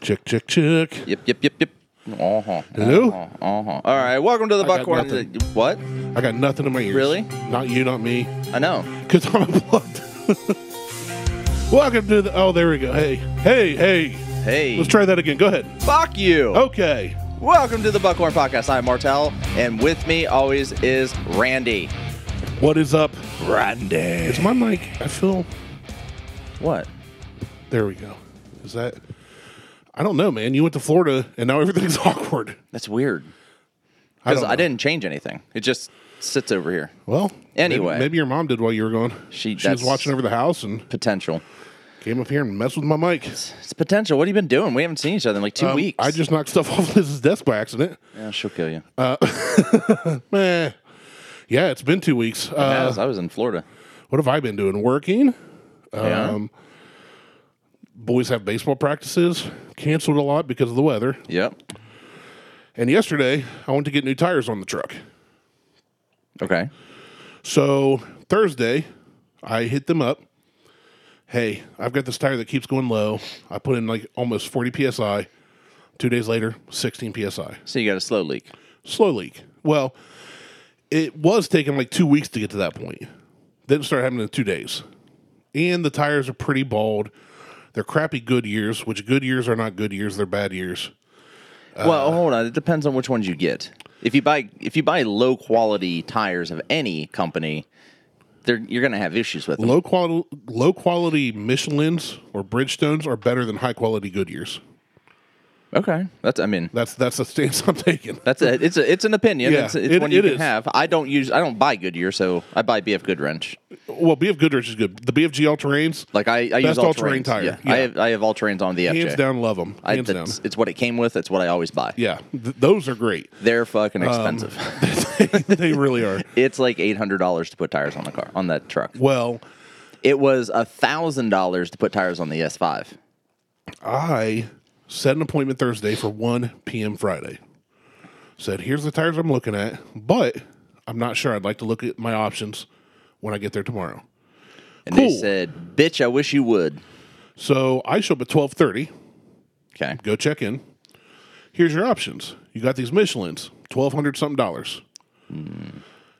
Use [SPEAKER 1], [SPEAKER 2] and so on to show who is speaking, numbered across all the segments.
[SPEAKER 1] Chick, chick, chick.
[SPEAKER 2] Yep, yep, yep, yep. Uh huh.
[SPEAKER 1] Hello?
[SPEAKER 2] Uh huh. All right. Welcome to the
[SPEAKER 1] got
[SPEAKER 2] Buckhorn.
[SPEAKER 1] nothing.
[SPEAKER 2] What?
[SPEAKER 1] I got nothing in my ears.
[SPEAKER 2] Really?
[SPEAKER 1] Not you, not me.
[SPEAKER 2] I know.
[SPEAKER 1] Because I'm unplugged. Welcome to the. Oh, there we go. Hey, hey, hey.
[SPEAKER 2] Hey.
[SPEAKER 1] Let's try Oh. that again. Go ahead.
[SPEAKER 2] Fuck you.
[SPEAKER 1] Okay.
[SPEAKER 2] Welcome to the Buckhorn Podcast. I'm Martel, and with me always is Randy.
[SPEAKER 1] What is up?
[SPEAKER 2] Randy.
[SPEAKER 1] Is my mic. I feel.
[SPEAKER 2] What?
[SPEAKER 1] There we go. Is that. I don't know, man. You went to Florida and now everything's awkward.
[SPEAKER 2] That's weird. Because
[SPEAKER 1] don't
[SPEAKER 2] I,
[SPEAKER 1] know.
[SPEAKER 2] didn't change anything. It just sits over here.
[SPEAKER 1] Well,
[SPEAKER 2] Anyway.
[SPEAKER 1] Maybe, maybe your mom did while you were gone.
[SPEAKER 2] She-
[SPEAKER 1] she was
[SPEAKER 2] that's-
[SPEAKER 1] watching over the house and
[SPEAKER 2] Potential.
[SPEAKER 1] came up here and messed with my mic.
[SPEAKER 2] It's potential. What have you been doing? We haven't seen each other in like two
[SPEAKER 1] Um,
[SPEAKER 2] weeks.
[SPEAKER 1] I just Uh, knocked stuff off Liz's desk by accident.
[SPEAKER 2] Yeah, she'll kill you.
[SPEAKER 1] Meh. Yeah, it's been two weeks. Uh,
[SPEAKER 2] Yes, I was in Florida.
[SPEAKER 1] what have I been doing? Working.
[SPEAKER 2] Yeah?
[SPEAKER 1] Um, Boys have baseball practices. Canceled a lot because of the weather.
[SPEAKER 2] Yep.
[SPEAKER 1] And yesterday, I went to get new tires on the truck.
[SPEAKER 2] Okay.
[SPEAKER 1] So Thursday, I hit them up. Hey, I've got this tire that keeps going low. I put in like almost 40 psi. Two days later, 16 psi.
[SPEAKER 2] So you got a slow leak.
[SPEAKER 1] slow leak. Well, it was taking like two weeks to get to that point. Then it started happening in two days. And the tires are pretty bald. They're crappy good years, which good years are not good years, they're bad years.
[SPEAKER 2] Well, hold on. It depends on which ones you get. If you buy if you buy low quality tires of any company, they're, you're going to have issues with them.
[SPEAKER 1] Low quality low quality Michelin's or Bridgestones are better than high quality good years.
[SPEAKER 2] Okay, that's I mean
[SPEAKER 1] That's that's the stance I'm taking.
[SPEAKER 2] that's a, it's a, it's an opinion.
[SPEAKER 1] Yeah,
[SPEAKER 2] it's it's
[SPEAKER 1] it-
[SPEAKER 2] one you
[SPEAKER 1] it
[SPEAKER 2] can
[SPEAKER 1] is.
[SPEAKER 2] have. I don't use I don't buy Goodyear, so I buy BF Goodwrench.
[SPEAKER 1] Well, BF Goodrich is good. The BFG all terrains,
[SPEAKER 2] Like I, I use
[SPEAKER 1] Best
[SPEAKER 2] all
[SPEAKER 1] all-terrain tire,
[SPEAKER 2] terrain Yeah,
[SPEAKER 1] yeah.
[SPEAKER 2] I have I have all terrains on the FJ.
[SPEAKER 1] hands down love them.
[SPEAKER 2] I,
[SPEAKER 1] Hands down.
[SPEAKER 2] that's, it's what it came with. It's what I always buy.
[SPEAKER 1] Yeah, th- those are great.
[SPEAKER 2] They're fucking expensive.
[SPEAKER 1] they really are.
[SPEAKER 2] it's like eight hundred dollars to put tires on the car on that truck.
[SPEAKER 1] Well,
[SPEAKER 2] It was thousand dollars to put tires on the S five.
[SPEAKER 1] I set an appointment Thursday for 1 p.m. Friday. Said, here's the tires I'm looking at, but I'm not sure. I'd like to look at my options when I get there tomorrow.
[SPEAKER 2] And they
[SPEAKER 1] Cool.
[SPEAKER 2] said, "Bitch, I wish you would."
[SPEAKER 1] So I show up at 12:30,
[SPEAKER 2] Okay.
[SPEAKER 1] go check in. Here's your options. You got these Michelin's, twelve hundred something dollars.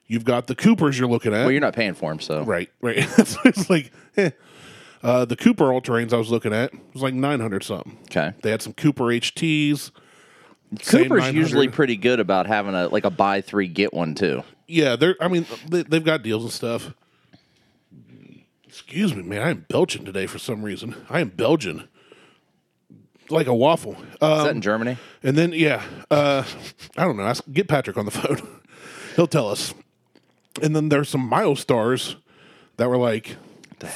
[SPEAKER 1] You've got the Coopers you're looking at.
[SPEAKER 2] Well, you're not paying for them, so
[SPEAKER 1] Right, right. so it's like, eh. Uh, the Cooper all terrains I was looking at was like 900 something.
[SPEAKER 2] Okay.
[SPEAKER 1] They had some Cooper HTs. same
[SPEAKER 2] Cooper's
[SPEAKER 1] 900.
[SPEAKER 2] usually pretty good about having a like a buy three get one too.
[SPEAKER 1] Yeah, they're. I mean, they, they've got deals and stuff. Excuse me, man. I am belching today for some reason. I am belching like a waffle.
[SPEAKER 2] Is
[SPEAKER 1] Uh,
[SPEAKER 2] that in Germany?
[SPEAKER 1] and then yeah, uh, I don't know. Ask, get Patrick on the phone. He'll tell us. And then there's some milestars that were like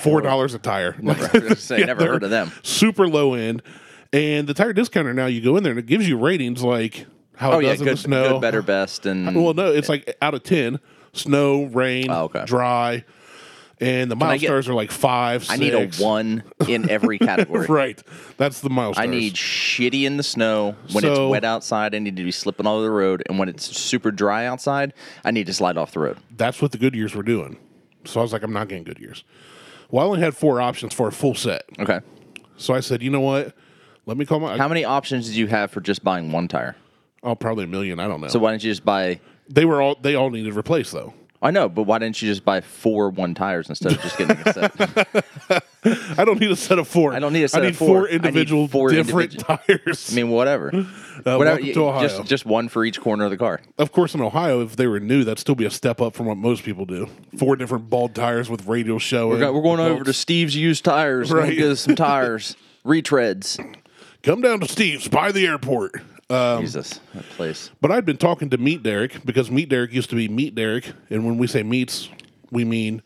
[SPEAKER 1] four dollars a tire.
[SPEAKER 2] I was gonna say, never
[SPEAKER 1] they're
[SPEAKER 2] heard of them.
[SPEAKER 1] Super low end. And the tire discounter now you go in there and it gives you ratings like how
[SPEAKER 2] Oh
[SPEAKER 1] it
[SPEAKER 2] yeah,
[SPEAKER 1] does in
[SPEAKER 2] good,
[SPEAKER 1] the snow,
[SPEAKER 2] good, better, best, and
[SPEAKER 1] well, no, it's like out of ten: snow, rain,
[SPEAKER 2] Oh, okay.
[SPEAKER 1] dry, and the mile
[SPEAKER 2] I get-
[SPEAKER 1] stars are like five.
[SPEAKER 2] I need a
[SPEAKER 1] six.
[SPEAKER 2] one in every category.
[SPEAKER 1] Right, that's the mile
[SPEAKER 2] I
[SPEAKER 1] stars.
[SPEAKER 2] need shitty in the snow when it's
[SPEAKER 1] So-
[SPEAKER 2] wet outside. I need to be slipping all over the road, and when it's super dry outside, I need to slide off the road.
[SPEAKER 1] That's what the good years were doing. So I was like, I'm not getting good years. Well, I only had four options for a full set.
[SPEAKER 2] Okay.
[SPEAKER 1] So I said, you know what? Let me call my.
[SPEAKER 2] How many options did you have for just buying one tire?
[SPEAKER 1] oh, probably a million. I don't know.
[SPEAKER 2] So why didn't you just buy?
[SPEAKER 1] they were all. They all needed replaced though.
[SPEAKER 2] I know, but why didn't you just buy four one tires instead of just getting a set?
[SPEAKER 1] I don't need a set of four.
[SPEAKER 2] I don't need a set
[SPEAKER 1] I
[SPEAKER 2] of
[SPEAKER 1] need
[SPEAKER 2] four. I need
[SPEAKER 1] individual
[SPEAKER 2] four
[SPEAKER 1] different tires. uh,
[SPEAKER 2] I mean, whatever.
[SPEAKER 1] welcome to Ohio.
[SPEAKER 2] Just, just one for each corner of the car.
[SPEAKER 1] of course, in Ohio, if they were new, that'd still be a step up from what most people do. Four different bald tires with radial showing.
[SPEAKER 2] We're, going over to Steve's used tires.
[SPEAKER 1] Right.
[SPEAKER 2] Right. Get us some tires, retreads.
[SPEAKER 1] Come down to Steve's by the airport. Uh,
[SPEAKER 2] Jesus, that place.
[SPEAKER 1] but I'd been talking to Meat Derek because Meat Derek used to be Meat Derek, and when we say meats, we mean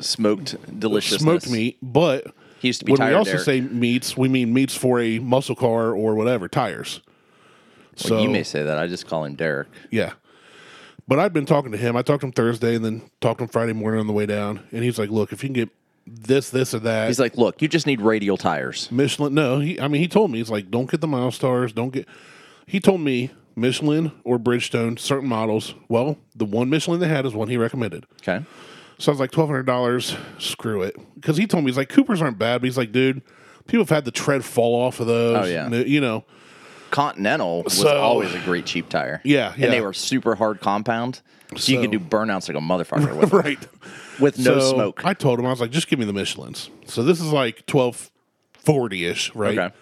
[SPEAKER 2] Smoked deliciousness.
[SPEAKER 1] smoked meat. But
[SPEAKER 2] He used to be
[SPEAKER 1] when we
[SPEAKER 2] tired,
[SPEAKER 1] also
[SPEAKER 2] Derek.
[SPEAKER 1] say meats, we mean meats for a muscle car or whatever tires. So
[SPEAKER 2] you may say that. I just call him Derek.
[SPEAKER 1] Yeah. But I'd been talking to him. I talked to him Thursday and then talked to him Friday morning on the way down. And he's like, look, if you can get this, this, or that.
[SPEAKER 2] He's like, look, you just need radial tires.
[SPEAKER 1] Michelin. No, he. I mean, he told me he's like, don't get the mile stars. Don't get. He told me Michelin or Bridgestone, certain models. Well, the one Michelin they had is one he recommended.
[SPEAKER 2] Okay.
[SPEAKER 1] So I was like, twelve hundred dollars. Screw it, because he told me he's like, Coopers aren't bad, but he's like, dude, People have had the tread fall off of those.
[SPEAKER 2] Oh, yeah.
[SPEAKER 1] and the- you know,
[SPEAKER 2] Continental was
[SPEAKER 1] So-
[SPEAKER 2] always a great cheap tire.
[SPEAKER 1] Yeah, yeah.
[SPEAKER 2] and they were super hard compound, so, you could
[SPEAKER 1] So-
[SPEAKER 2] do burnouts like a motherfucker with, them,
[SPEAKER 1] right?
[SPEAKER 2] with no
[SPEAKER 1] So,
[SPEAKER 2] smoke.
[SPEAKER 1] I told him I was like, just give me the Michelin's. So this is like twelve forty ish, right?
[SPEAKER 2] Okay,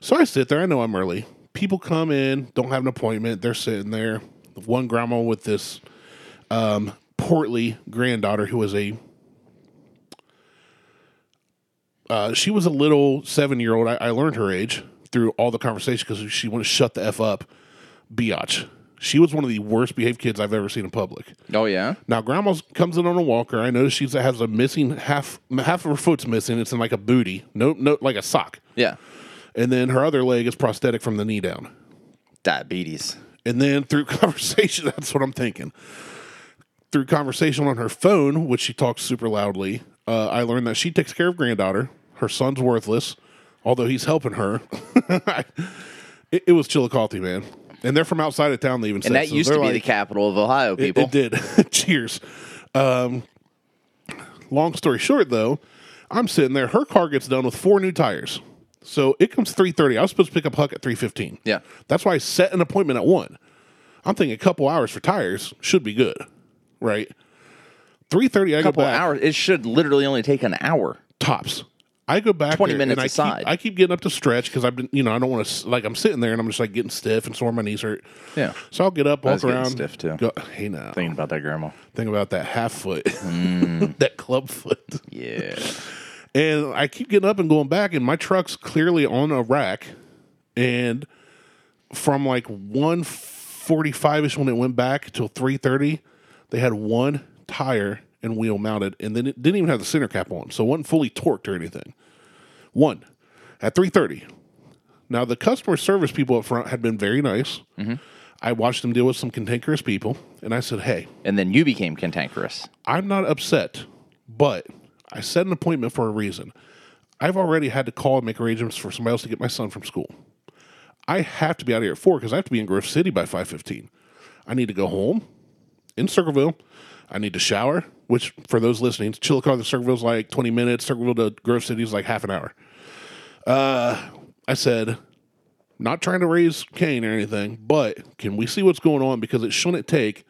[SPEAKER 1] So I sit there. I know I'm early. People come in, don't have an appointment. They're sitting there. One grandma with this um, portly granddaughter who was a. Uh, she was a little seven year old. I, I learned her age through all the conversation because she wanted to shut the F up. Biatch. She was one of the worst behaved kids I've ever seen in public.
[SPEAKER 2] oh yeah,
[SPEAKER 1] Now, grandma comes in on a walker. I notice she has a missing half, half of her foot's missing. It's in like a booty, no, no, like a sock
[SPEAKER 2] yeah,
[SPEAKER 1] and then her other leg is prosthetic from the knee down.
[SPEAKER 2] diabetes.
[SPEAKER 1] And then through conversation, that's what I'm thinking. Through conversation on her phone, which she talks super loudly, uh, I learned that she takes care of granddaughter. Her son's worthless, although he's helping her. it, it was Chillicothe, man, and they're from outside of town. They even
[SPEAKER 2] And that used to be the capital of Ohio, people.
[SPEAKER 1] it did. Cheers. Um, long story short, though, I'm sitting there. Her car gets done with four new tires, so it comes three thirty. I was supposed to pick up Huck at three fifteen.
[SPEAKER 2] Yeah.
[SPEAKER 1] that's why I set an appointment at one. I'm thinking a couple hours for tires should be good, right? Three thirty. I
[SPEAKER 2] couple
[SPEAKER 1] go back
[SPEAKER 2] hours. It should literally only take an hour.
[SPEAKER 1] tops. I go back
[SPEAKER 2] 20
[SPEAKER 1] there
[SPEAKER 2] minutes
[SPEAKER 1] and I
[SPEAKER 2] aside.
[SPEAKER 1] Keep, I keep getting up to stretch because I've been, you know, I don't want to like I'm sitting there and I'm just like getting stiff and sore my knees hurt.
[SPEAKER 2] Yeah.
[SPEAKER 1] So I'll get up, walk
[SPEAKER 2] was getting
[SPEAKER 1] around,
[SPEAKER 2] stiff, too.
[SPEAKER 1] Go, hey now,
[SPEAKER 2] Thinking about that, Grandma.
[SPEAKER 1] Think about that half foot, that club foot.
[SPEAKER 2] Yeah.
[SPEAKER 1] And I keep getting up and going back, and my truck's clearly on a rack. And from like 145 ish when it went back till 330, they had one tire and wheel mounted, and then it didn't even have the center cap on. So it wasn't fully torqued or anything. One at 330. Now, the customer service people up front had been very nice. I watched them deal with some cantankerous people, and I said, Hey,
[SPEAKER 2] And then you became cantankerous.
[SPEAKER 1] I'm not upset, but I set an appointment for a reason. I've already had to call and make arrangements for somebody else to get my son from school. I have to be out of here at four because I have to be in Grove City by five fifteen. I need to go home in Circleville. I need to shower, which for those listening, Chillicothe to Circleville's like twenty minutes. Circleville to Grove City is like half an hour. Uh, I said, not trying to raise Cain or anything, but can we see what's going on because it shouldn't take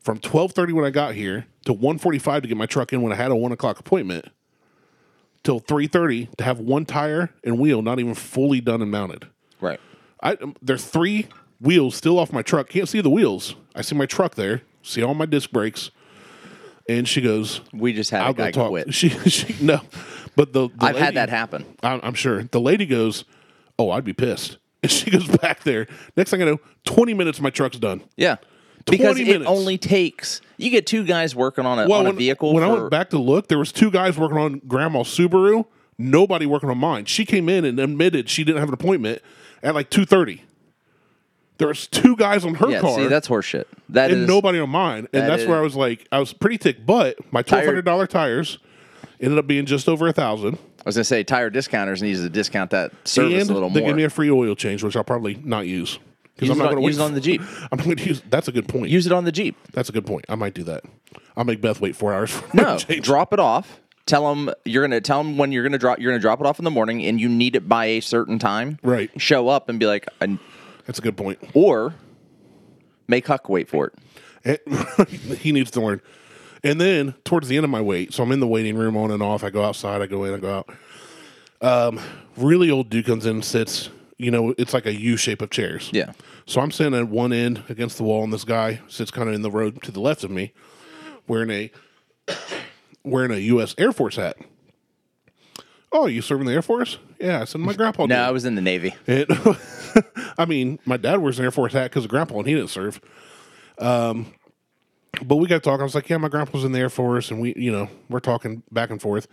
[SPEAKER 1] from twelve thirty when I got here to one forty five to get my truck in when I had a one o'clock appointment till three thirty to have one tire and wheel not even fully done and mounted.
[SPEAKER 2] Right.
[SPEAKER 1] I um, there's three wheels still off my truck. Can't see the wheels. I see my truck there. See all my disc brakes. And she goes,
[SPEAKER 2] We just had
[SPEAKER 1] "I'll
[SPEAKER 2] a guy
[SPEAKER 1] go talk."
[SPEAKER 2] quit.
[SPEAKER 1] She, she no, but the, the
[SPEAKER 2] I've had
[SPEAKER 1] lady-
[SPEAKER 2] that happen.
[SPEAKER 1] I'm, I'm sure. The lady goes, "Oh, I'd be pissed." And she goes back there. Next thing I know, 20 minutes, my truck's done.
[SPEAKER 2] Yeah. Because
[SPEAKER 1] 20
[SPEAKER 2] it
[SPEAKER 1] minutes.
[SPEAKER 2] only takes you get two guys working on a, on a
[SPEAKER 1] when,
[SPEAKER 2] vehicle.
[SPEAKER 1] When I
[SPEAKER 2] for-
[SPEAKER 1] went back to look, there was two guys working on Grandma's Subaru. Nobody working on mine. She came in and admitted she didn't have an appointment at like 2:30. There was two guys on her
[SPEAKER 2] yeah,
[SPEAKER 1] car.
[SPEAKER 2] see, that's horseshit. That
[SPEAKER 1] and
[SPEAKER 2] is
[SPEAKER 1] nobody on mine. And that's
[SPEAKER 2] is-
[SPEAKER 1] where I was like, I was pretty tick, but my twelve hundred dollar tires ended up being just over a thousand.
[SPEAKER 2] I was gonna say tire discounters needs to discount that service
[SPEAKER 1] And
[SPEAKER 2] a little
[SPEAKER 1] they
[SPEAKER 2] more.
[SPEAKER 1] gave me a free oil change, which I'll probably not use because
[SPEAKER 2] use,
[SPEAKER 1] I'm
[SPEAKER 2] it
[SPEAKER 1] not going
[SPEAKER 2] on,
[SPEAKER 1] to
[SPEAKER 2] use it on the Jeep.
[SPEAKER 1] I'm going to use. That's a good point.
[SPEAKER 2] Use it on the Jeep.
[SPEAKER 1] that's a good point. I might do that. I'll make Beth wait four hours. For my
[SPEAKER 2] No,
[SPEAKER 1] change.
[SPEAKER 2] drop it off. Tell them you're gonna tell them when you're gonna drop. You're gonna drop it off in the morning, and you need it by a certain time.
[SPEAKER 1] Right.
[SPEAKER 2] Show up and be like, I-
[SPEAKER 1] that's a good point.
[SPEAKER 2] or make Huck wait for it.
[SPEAKER 1] And- he needs to learn. And then towards the end of my wait, so I'm in the waiting room on and off. I go outside, I go in, I go out. Um, really old dude comes in and sits, you know, it's like a U shape of chairs.
[SPEAKER 2] Yeah.
[SPEAKER 1] So I'm sitting at one end against the wall, and this guy sits kind of in the road to the left of me, wearing a wearing a US Air Force hat. Oh, you serve in the Air Force? Yeah, I said my grandpa did.
[SPEAKER 2] No, I was in the Navy.
[SPEAKER 1] It, I mean, my dad wears an Air Force hat because of grandpa, and he didn't serve. Um, but we got talking. I was like, "Yeah, my grandpa's in the Air Force," and we, you know, we're talking back and forth.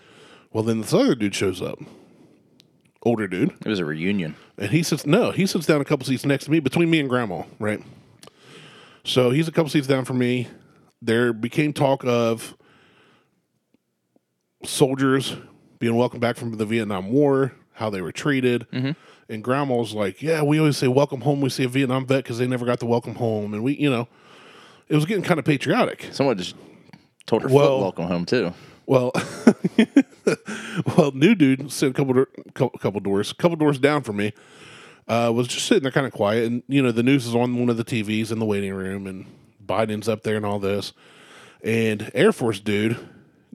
[SPEAKER 1] Well, then this other dude shows up, older dude,
[SPEAKER 2] It was a reunion.
[SPEAKER 1] and he sits. No, he sits down a couple seats next to me, between me and grandma, right? So he's a couple seats down from me. There became talk of soldiers being welcomed back from the Vietnam War, how they were treated. And grandma was like, Yeah, we always say welcome home. We see a Vietnam vet because they never got the welcome home. And we, you know, it was getting kind of patriotic.
[SPEAKER 2] Someone just told her
[SPEAKER 1] Well-
[SPEAKER 2] foot welcome home too.
[SPEAKER 1] Well, well, new dude sitting a couple door, cou- couple doors, couple doors down from me. Uh, was just sitting there, kind of quiet, and you know the news is on one of the TVs in the waiting room, and Biden's up there and all this, and Air Force dude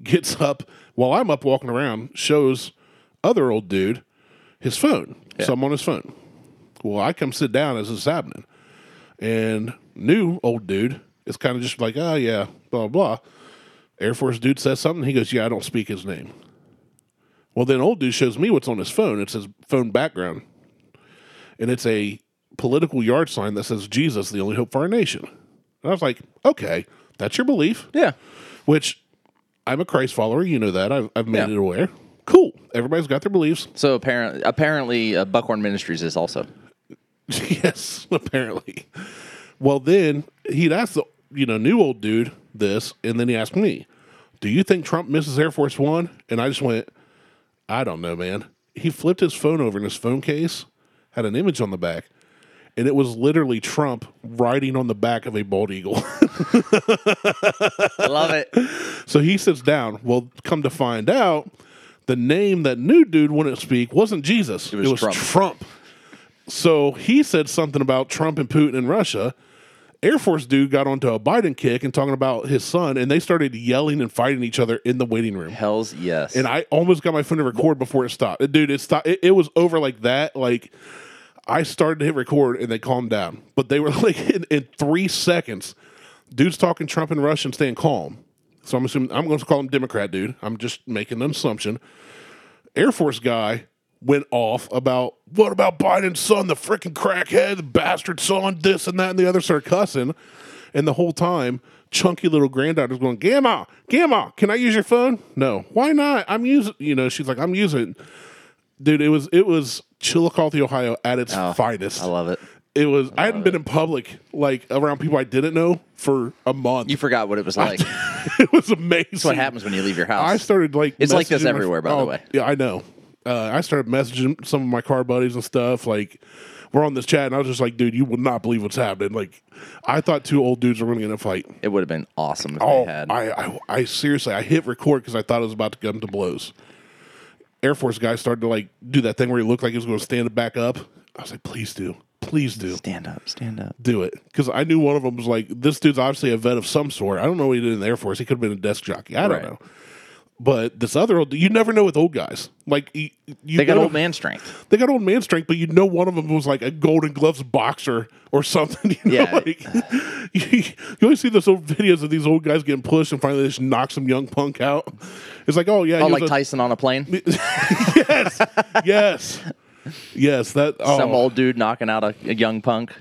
[SPEAKER 1] gets up while I'm up walking around, shows other old dude his phone, so I'm on his phone. Well, I come sit down as this is happening, and new old dude is kind of just like, oh yeah, blah blah. Air Force dude says something. He goes, "Yeah, I don't speak his name." Well, then old dude shows me what's on his phone. It's his phone background, and it's a political yard sign that says "Jesus, the only hope for our nation." And I was like, "Okay, that's your belief."
[SPEAKER 2] Yeah.
[SPEAKER 1] Which I'm a Christ follower. You know that. I've, I've made
[SPEAKER 2] Yeah.
[SPEAKER 1] it aware. Cool. Everybody's got their beliefs.
[SPEAKER 2] So apparently, apparently, uh, Buckhorn Ministries is also.
[SPEAKER 1] yes, apparently. Well, then he'd asked the you know new old dude this, and then he asked me, "Do you think Trump misses Air Force One?" And I just went, "I don't know, man." He flipped his phone over in his phone case, had an image on the back, and it was literally Trump riding on the back of a bald eagle.
[SPEAKER 2] I love it.
[SPEAKER 1] so he sits down. Well, come to find out, the name that new dude wouldn't speak wasn't Jesus. It
[SPEAKER 2] was Trump.
[SPEAKER 1] Trump. So he said something about Trump and Putin and Russia. Air Force dude got onto a Biden kick and talking about his son, and they started yelling and fighting each other in the waiting room.
[SPEAKER 2] Hell's yes.
[SPEAKER 1] And I almost got my phone to record before it stopped. Dude, it stopped. It, it was over like that. Like I started to hit record and they calmed down, but they were like in, in three seconds. Dude's talking Trump and Russian, staying calm. So I'm assuming I'm going to call him Democrat, dude. I'm just making an assumption. Air Force guy went off about what about Biden's son, the freaking crackhead, the bastard son, this and that and the other, started cussing. And the whole time, chunky little granddaughter's going, Gamma, Gamma, can I use your phone? No. Why not? I'm using, you know, she's like, I'm using. it." Dude, it was it was Chillicothe, Ohio at its finest.
[SPEAKER 2] Oh, I love it.
[SPEAKER 1] it was I, hadn't been in public like around people I didn't know for a month.
[SPEAKER 2] You forgot what it was like. That's
[SPEAKER 1] it was amazing. That's
[SPEAKER 2] what happens when you leave your
[SPEAKER 1] I
[SPEAKER 2] house.
[SPEAKER 1] started like
[SPEAKER 2] It's like this
[SPEAKER 1] messaging my- oh,
[SPEAKER 2] everywhere, by the way.
[SPEAKER 1] Yeah, I know. Uh, I started messaging some of my car buddies and stuff. Like we're on this chat, and I was just like, "Dude, you will not believe what's happening." Like I thought two old dudes were going to get in a fight.
[SPEAKER 2] it would have been awesome if
[SPEAKER 1] Oh,
[SPEAKER 2] they had.
[SPEAKER 1] I, I, I seriously, I hit record because I thought it was about to come to blows. Air Force guy started to like do that thing where he looked like he was going to stand it back up. I was like, "Please do, please do."
[SPEAKER 2] stand up, stand up.
[SPEAKER 1] do it because I knew one of them was like, this dude's obviously a vet of some sort. I don't know what he did in the Air Force. He could have been a desk jockey. I don't
[SPEAKER 2] Right.
[SPEAKER 1] know. But this other old, you never know with old guys. Like you, you
[SPEAKER 2] They got
[SPEAKER 1] know-
[SPEAKER 2] old man strength.
[SPEAKER 1] They got old man strength, but you know one of them was like a Golden Gloves boxer or something. You know,
[SPEAKER 2] Yeah.
[SPEAKER 1] like you, you always see those old videos of these old guys getting pushed, and finally they just knock some young punk out. It's like, oh yeah,
[SPEAKER 2] Oh,
[SPEAKER 1] he was
[SPEAKER 2] like
[SPEAKER 1] a-
[SPEAKER 2] Tyson on a plane.
[SPEAKER 1] yes, yes, yes. That oh.
[SPEAKER 2] Some old dude knocking out a, a young punk.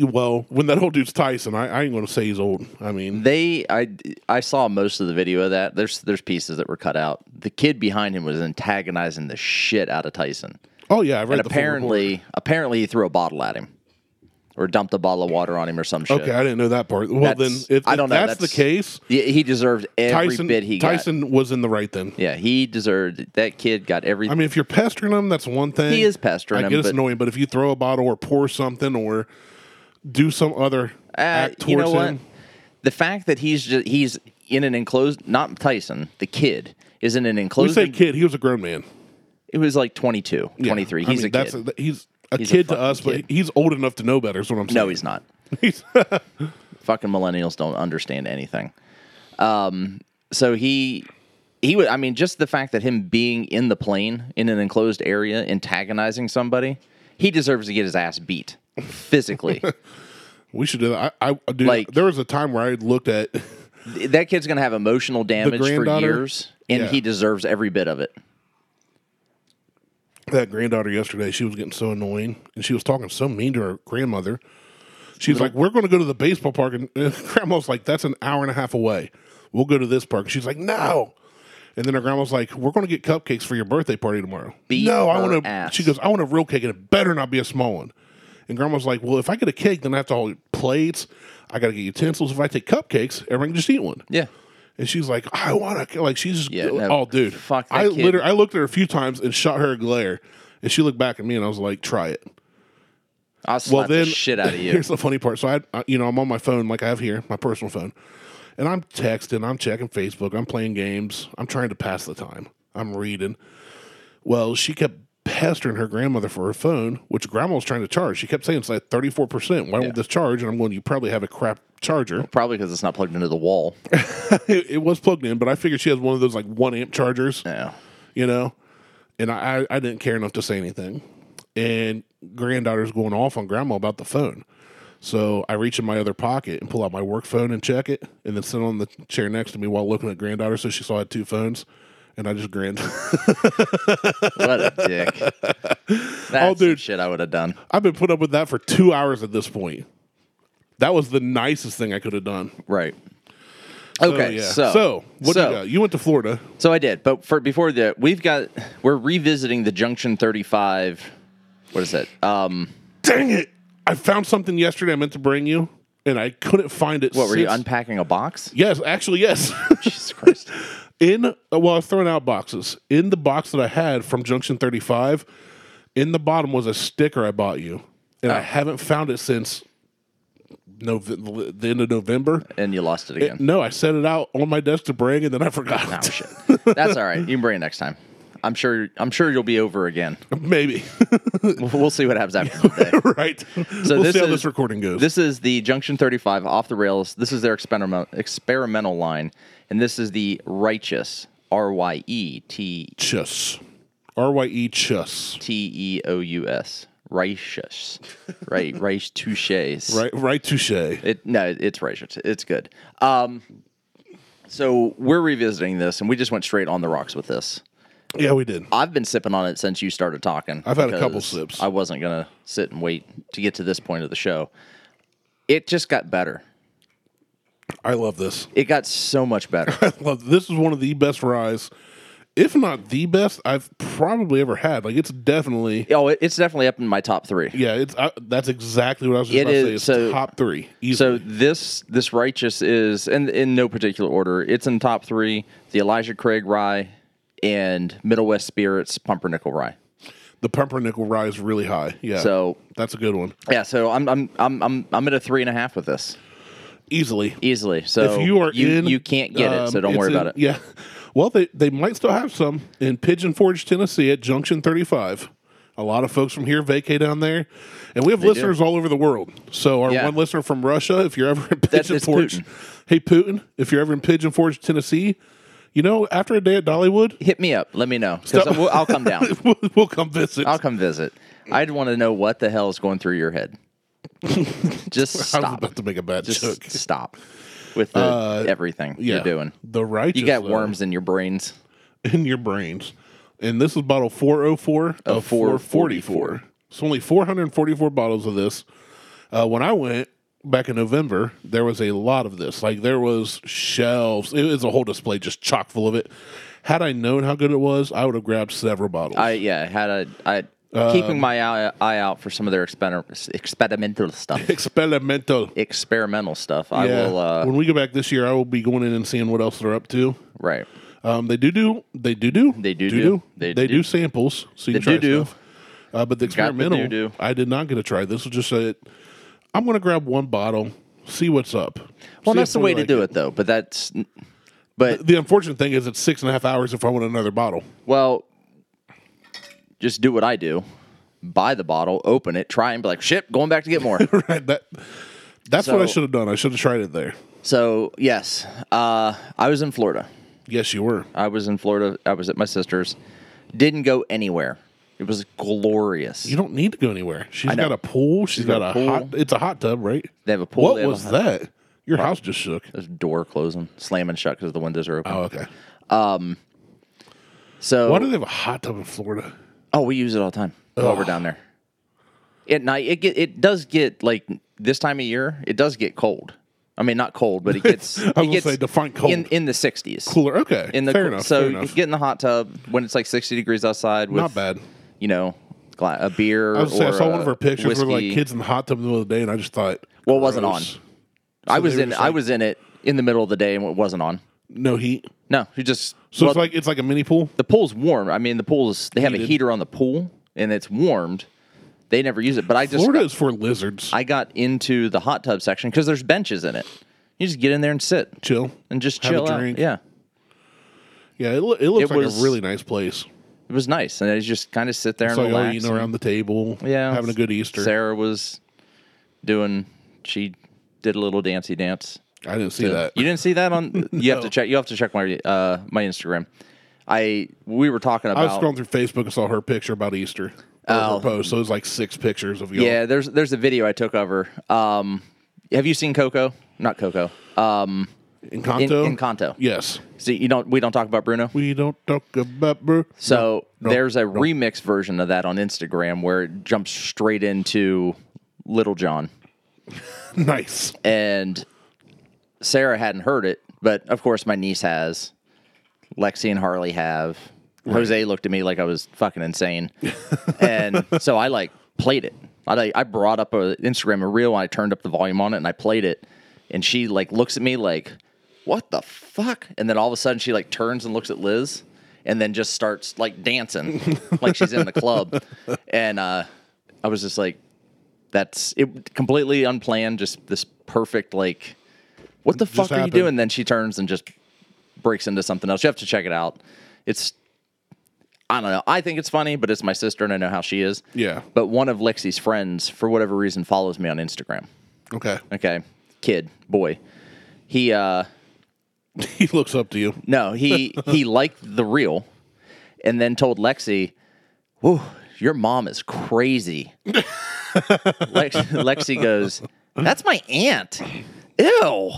[SPEAKER 1] well, when that old dude's Tyson, I, I ain't gonna say he's old. I mean,
[SPEAKER 2] They, I, I saw most of the video of that. There's, there's pieces that were cut out. The kid behind him was antagonizing the shit out of Tyson.
[SPEAKER 1] oh yeah, I read
[SPEAKER 2] And
[SPEAKER 1] the full report.
[SPEAKER 2] apparently, apparently he threw a bottle at him, or dumped a bottle of water on him, or some shit.
[SPEAKER 1] Okay, I didn't know that part. Well, then,
[SPEAKER 2] That's-
[SPEAKER 1] if,
[SPEAKER 2] I
[SPEAKER 1] if
[SPEAKER 2] don't know,
[SPEAKER 1] that's,
[SPEAKER 2] that's-
[SPEAKER 1] the case,
[SPEAKER 2] Yeah, he deserved every
[SPEAKER 1] Tyson
[SPEAKER 2] bit he got.
[SPEAKER 1] Tyson was in the right then.
[SPEAKER 2] Yeah, he deserved. That kid got every.
[SPEAKER 1] I mean, if you're pestering him, that's one thing.
[SPEAKER 2] He is pestering
[SPEAKER 1] I
[SPEAKER 2] him,
[SPEAKER 1] get it's
[SPEAKER 2] but-
[SPEAKER 1] annoying, but if you throw a bottle or pour something or do some other
[SPEAKER 2] Uh,
[SPEAKER 1] act towards
[SPEAKER 2] you know what?
[SPEAKER 1] him,
[SPEAKER 2] The fact that he's just he's in an enclosed, not Tyson, the kid is in an
[SPEAKER 1] we
[SPEAKER 2] enclosed.
[SPEAKER 1] say kid, he was a grown man,
[SPEAKER 2] it was like 22,
[SPEAKER 1] Yeah.
[SPEAKER 2] 23.
[SPEAKER 1] I
[SPEAKER 2] He's
[SPEAKER 1] mean,
[SPEAKER 2] a
[SPEAKER 1] that's
[SPEAKER 2] kid.
[SPEAKER 1] A, he's a
[SPEAKER 2] He's a
[SPEAKER 1] kid to
[SPEAKER 2] fucking
[SPEAKER 1] us,
[SPEAKER 2] kid.
[SPEAKER 1] but he's old enough to know better. Is what I'm saying.
[SPEAKER 2] no, he's not.
[SPEAKER 1] He's-
[SPEAKER 2] Fucking millennials don't understand anything. Um, so he he would. I mean, just the fact that him being in the plane in an enclosed area, antagonizing somebody, he deserves to get his ass beat physically.
[SPEAKER 1] we should do that. I, I dude,
[SPEAKER 2] Like-
[SPEAKER 1] there was a time where I looked at.
[SPEAKER 2] that kid's gonna have emotional damage for
[SPEAKER 1] granddaughter?
[SPEAKER 2] years, and
[SPEAKER 1] Yeah.
[SPEAKER 2] he deserves every bit of it.
[SPEAKER 1] that granddaughter yesterday. She was getting so annoying, and she was talking so mean to her grandmother. She's like, "We're going to go to the baseball park," and and grandma's like, "That's an hour and a half away. We'll go to this park." And she's like, "No." And then her grandma's like, "We're going to get cupcakes for your birthday party tomorrow."
[SPEAKER 2] Beat
[SPEAKER 1] no, I
[SPEAKER 2] her
[SPEAKER 1] want to.
[SPEAKER 2] ass.
[SPEAKER 1] She goes, "I want a real cake, and it better not be a small one." And grandma's like, "Well, if I get a cake, then I have to all plates. I got to get utensils. If I take cupcakes, everyone can just eat one."
[SPEAKER 2] Yeah.
[SPEAKER 1] And she's like, I want to, like, she's just,
[SPEAKER 2] Yeah, no,
[SPEAKER 1] oh, dude.
[SPEAKER 2] fuck that
[SPEAKER 1] I
[SPEAKER 2] kid.
[SPEAKER 1] literally, I looked at her a few times and shot her a glare. And she looked back at me and I was like, try it.
[SPEAKER 2] I'll slap
[SPEAKER 1] Well, then,
[SPEAKER 2] the shit out of you.
[SPEAKER 1] Here's the funny part. So I, I, you know, I'm on my phone, like I have here, my personal phone. And I'm texting, I'm checking Facebook, I'm playing games, I'm trying to pass the time, I'm reading. Well, she kept pestering her grandmother for her phone, which grandma was trying to charge. She kept saying it's like 34%. Why won't this charge? And I'm going, you probably have a crap charger.
[SPEAKER 2] Probably because it's not plugged into the wall.
[SPEAKER 1] it, it was plugged in, but I figured she has one of those like one amp chargers
[SPEAKER 2] Yeah.
[SPEAKER 1] you know and I, I I didn't care enough to say anything and granddaughter's going off on grandma about the phone so i reach in my other pocket and pull out my work phone and check it and then sit on the chair next to me while looking at granddaughter so she saw i had two phones and i just grinned
[SPEAKER 2] What a dick. That's oh,
[SPEAKER 1] dude.
[SPEAKER 2] shit I would have done.
[SPEAKER 1] i've been put up with that for two hours at this point that was the nicest thing i could have done
[SPEAKER 2] Right.
[SPEAKER 1] So,
[SPEAKER 2] Okay.
[SPEAKER 1] Oh, yeah.
[SPEAKER 2] So,
[SPEAKER 1] so what do
[SPEAKER 2] so-
[SPEAKER 1] you got you went to florida
[SPEAKER 2] So I did, but for before that, we've got we're revisiting the Junction 35. What is it? Um,
[SPEAKER 1] dang it i found something yesterday i meant to bring you and i couldn't find it
[SPEAKER 2] what were you
[SPEAKER 1] since-
[SPEAKER 2] unpacking a box?
[SPEAKER 1] yes actually yes
[SPEAKER 2] Jesus Christ!
[SPEAKER 1] in uh, well, I was throwing out boxes. In the box that I had from Junction 35, in the bottom was a sticker I bought you, and
[SPEAKER 2] Oh.
[SPEAKER 1] I haven't found it since Nov the end of November.
[SPEAKER 2] And you lost it again.
[SPEAKER 1] No, I set it out on my desk to bring, and then I forgot.
[SPEAKER 2] oh shit! That's all right. You can bring it next time. I'm sure. I'm sure you'll be over again.
[SPEAKER 1] Maybe
[SPEAKER 2] We'll, we'll see what happens after today.
[SPEAKER 1] right. we'll
[SPEAKER 2] this
[SPEAKER 1] see how
[SPEAKER 2] is-
[SPEAKER 1] this recording goes.
[SPEAKER 2] This is the Junction 35 off the rails. This is their experiment, experimental line, and this is the righteous R Y E T
[SPEAKER 1] chess, R Y E chess.
[SPEAKER 2] T E O U S. Righteous, right? Right, touches.
[SPEAKER 1] Right, right. Touche.
[SPEAKER 2] It no, it's righteous. It's good. Um, so we're revisiting this, and we just went straight on the rocks with this.
[SPEAKER 1] Yeah, we did.
[SPEAKER 2] I've been sipping on it since you started talking.
[SPEAKER 1] I've had a couple
[SPEAKER 2] because
[SPEAKER 1] sips.
[SPEAKER 2] I wasn't gonna sit and wait to get to this point of the show. It just got better.
[SPEAKER 1] I love this.
[SPEAKER 2] It got so much better.
[SPEAKER 1] Well, this is one of the best ryes, if not the best I've probably ever had. Like it's definitely
[SPEAKER 2] oh, it, it's definitely up in my top three.
[SPEAKER 1] Yeah, it's uh, that's exactly what I was just
[SPEAKER 2] It
[SPEAKER 1] about to
[SPEAKER 2] is-
[SPEAKER 1] say. It's
[SPEAKER 2] so-
[SPEAKER 1] top three.
[SPEAKER 2] So
[SPEAKER 1] Easily.
[SPEAKER 2] this this righteous is and in no particular order. It's in top three: the Elijah Craig Rye and Middle West Spirits Pumpernickel Rye.
[SPEAKER 1] the pumpernickel rye is really high. Yeah,
[SPEAKER 2] So
[SPEAKER 1] that's a good one.
[SPEAKER 2] Yeah, so I'm I'm I'm I'm I'm at a three and a half with this
[SPEAKER 1] Easily.
[SPEAKER 2] easily. So
[SPEAKER 1] if you are
[SPEAKER 2] you,
[SPEAKER 1] in,
[SPEAKER 2] you can't get it, so
[SPEAKER 1] um,
[SPEAKER 2] don't
[SPEAKER 1] it's
[SPEAKER 2] worry
[SPEAKER 1] in-
[SPEAKER 2] about it.
[SPEAKER 1] Yeah. Well, they they might still have some in Pigeon Forge, Tennessee, at Junction Thirty Five. A lot of folks from here vacate down there, and we have listeners all over the world. So our
[SPEAKER 2] Yeah.
[SPEAKER 1] one listener from Russia, if you're ever in Pigeon
[SPEAKER 2] it's
[SPEAKER 1] Forge,
[SPEAKER 2] Putin.
[SPEAKER 1] hey Putin, if you're ever in Pigeon Forge, Tennessee, you know after a day at Dollywood,
[SPEAKER 2] Hit me up, let me know because
[SPEAKER 1] Stop.
[SPEAKER 2] I'll come down.
[SPEAKER 1] we'll, we'll come visit.
[SPEAKER 2] I'll come visit. I'd want to know what the hell is going through your head. Just
[SPEAKER 1] I was
[SPEAKER 2] stop.
[SPEAKER 1] about to make a bad
[SPEAKER 2] Just
[SPEAKER 1] joke. Uh,
[SPEAKER 2] stop with the, everything you're doing.
[SPEAKER 1] The righteous.
[SPEAKER 2] You got
[SPEAKER 1] though,
[SPEAKER 2] worms in your brains.
[SPEAKER 1] in your brains. And this is bottle 404 of 444. It's only 444 bottles of this. Uh, when I went back in November, there was a lot of this. Like there was shelves. It was a whole display just chock full of it. Had I known how good it was, I would have grabbed several bottles.
[SPEAKER 2] I yeah had a I
[SPEAKER 1] Um,
[SPEAKER 2] keeping my eye, eye out for some of their exper- experimental stuff.
[SPEAKER 1] Experimental.
[SPEAKER 2] experimental stuff. I
[SPEAKER 1] Yeah.
[SPEAKER 2] will. uh
[SPEAKER 1] when we go back this year, I will be going in and seeing what else they're up to.
[SPEAKER 2] Right.
[SPEAKER 1] Um, they do do they do do
[SPEAKER 2] They do do.
[SPEAKER 1] they,
[SPEAKER 2] They
[SPEAKER 1] do.
[SPEAKER 2] do.
[SPEAKER 1] samples. So you
[SPEAKER 2] They
[SPEAKER 1] can try
[SPEAKER 2] do do.
[SPEAKER 1] stuff. Uh, but the
[SPEAKER 2] Got the
[SPEAKER 1] experimental,
[SPEAKER 2] do do.
[SPEAKER 1] I did not get to try. This was just a. I'm going to grab one bottle, see what's up.
[SPEAKER 2] Well, that's the way to do it, though. But that's, but
[SPEAKER 1] The unfortunate thing is it's six and a half hours if I want another bottle.
[SPEAKER 2] well, just do what I do: buy the bottle, open it, try, and be like, "Shit, going back to get more."
[SPEAKER 1] right. That that's what I
[SPEAKER 2] So-
[SPEAKER 1] should have done. I should have tried it there.
[SPEAKER 2] so yes, uh, I was in Florida.
[SPEAKER 1] Yes, you were.
[SPEAKER 2] I was in Florida. I was at my sister's. Didn't go anywhere. It was glorious.
[SPEAKER 1] You don't need to go anywhere. She's
[SPEAKER 2] know.
[SPEAKER 1] got a pool. She's got,
[SPEAKER 2] got
[SPEAKER 1] a,
[SPEAKER 2] a
[SPEAKER 1] hot.
[SPEAKER 2] pool.
[SPEAKER 1] It's a hot tub, right?
[SPEAKER 2] They have a pool, they
[SPEAKER 1] What
[SPEAKER 2] have a
[SPEAKER 1] was
[SPEAKER 2] hot-
[SPEAKER 1] that? Your house just shook.
[SPEAKER 2] There's a door closing, slamming shut because the windows are open.
[SPEAKER 1] Oh, okay.
[SPEAKER 2] so
[SPEAKER 1] Why do they have a hot tub in Florida?
[SPEAKER 2] Oh, we use it all the time while we're down there. At night, it get, it does get like this time of year. It does get cold. I mean, not cold, but it gets.
[SPEAKER 1] gonna
[SPEAKER 2] it gets
[SPEAKER 1] say define cold.
[SPEAKER 2] in in the sixties.
[SPEAKER 1] Cooler. Okay.
[SPEAKER 2] In the
[SPEAKER 1] fair
[SPEAKER 2] cool-
[SPEAKER 1] enough.
[SPEAKER 2] so
[SPEAKER 1] fair
[SPEAKER 2] you
[SPEAKER 1] enough.
[SPEAKER 2] get in the hot tub when it's like sixty degrees outside. With,
[SPEAKER 1] Not bad.
[SPEAKER 2] You know, gla- a beer.
[SPEAKER 1] I was gonna say,
[SPEAKER 2] or
[SPEAKER 1] I saw
[SPEAKER 2] a
[SPEAKER 1] one of her pictures
[SPEAKER 2] uh, whiskey.
[SPEAKER 1] where like kids in the hot tub in the middle of the day, and I just thought,
[SPEAKER 2] Well, it wasn't
[SPEAKER 1] gross.
[SPEAKER 2] on. I was
[SPEAKER 1] they were
[SPEAKER 2] in.
[SPEAKER 1] just
[SPEAKER 2] I
[SPEAKER 1] like-
[SPEAKER 2] was in it in the middle of the day and it wasn't on.
[SPEAKER 1] No heat.
[SPEAKER 2] No, you just.
[SPEAKER 1] So
[SPEAKER 2] well,
[SPEAKER 1] it's like it's like a mini pool.
[SPEAKER 2] the pool's warm. I mean, the pool is. They have a
[SPEAKER 1] Heated.
[SPEAKER 2] heater on the pool and it's warmed. They never use it, but I just
[SPEAKER 1] Florida is for lizards.
[SPEAKER 2] I got into the hot tub section because there's benches in it. You just get in there and sit
[SPEAKER 1] Chill.
[SPEAKER 2] and just
[SPEAKER 1] Have a
[SPEAKER 2] chill
[SPEAKER 1] drink.
[SPEAKER 2] out. Yeah,
[SPEAKER 1] Yeah, it, loo- it looks
[SPEAKER 2] It
[SPEAKER 1] like
[SPEAKER 2] was-
[SPEAKER 1] a really nice place.
[SPEAKER 2] it was nice, and I just kind of sit there
[SPEAKER 1] It's
[SPEAKER 2] and
[SPEAKER 1] like all
[SPEAKER 2] relax.
[SPEAKER 1] eating around the table,
[SPEAKER 2] Yeah,
[SPEAKER 1] having a good Easter.
[SPEAKER 2] Sarah was doing. She did a little dancey dance.
[SPEAKER 1] I didn't see that.
[SPEAKER 2] You didn't see that on. You have
[SPEAKER 1] No.
[SPEAKER 2] to check. You have to check my uh, my Instagram. I we were talking
[SPEAKER 1] I was
[SPEAKER 2] about.
[SPEAKER 1] scrolling through Facebook and saw her picture about Easter. or
[SPEAKER 2] Oh.
[SPEAKER 1] Her post. So it was like six pictures of y'all.
[SPEAKER 2] yeah, there's there's a video I took of her. Um, have you seen Coco? Not Coco. Um,
[SPEAKER 1] Encanto.
[SPEAKER 2] In- Encanto.
[SPEAKER 1] Yes.
[SPEAKER 2] see, you don't. We don't talk about Bruno.
[SPEAKER 1] We don't talk about bro.
[SPEAKER 2] So
[SPEAKER 1] No, no,
[SPEAKER 2] there's a remix version of that on Instagram where it jumps straight into Little John.
[SPEAKER 1] nice.
[SPEAKER 2] and Sarah hadn't heard it, but of course my niece has. Lexi and Harley have. Jose looked at me like I was fucking insane, and so I like played it. I like, I brought up a Instagram a reel and I turned up the volume on it and I played it, and she like looks at me like, "What the fuck?" And then all of a sudden she like turns and looks at Liz, and then just starts like dancing like she's in the club, and uh, I was just like, that's it completely unplanned just this perfect like what the fuck are
[SPEAKER 1] happened.
[SPEAKER 2] you doing then she turns and just breaks into something else you have to check it out it's i don't know i think it's funny but it's my sister and i know how she is
[SPEAKER 1] Yeah.
[SPEAKER 2] but one of lexi's friends for whatever reason follows me on instagram
[SPEAKER 1] Okay.
[SPEAKER 2] okay kid boy he uh
[SPEAKER 1] He looks up to you.
[SPEAKER 2] no, he he liked the reel, and then told Lexi, "Whoa, your mom is crazy." Lex, Lexi goes, "That's my aunt." Ew,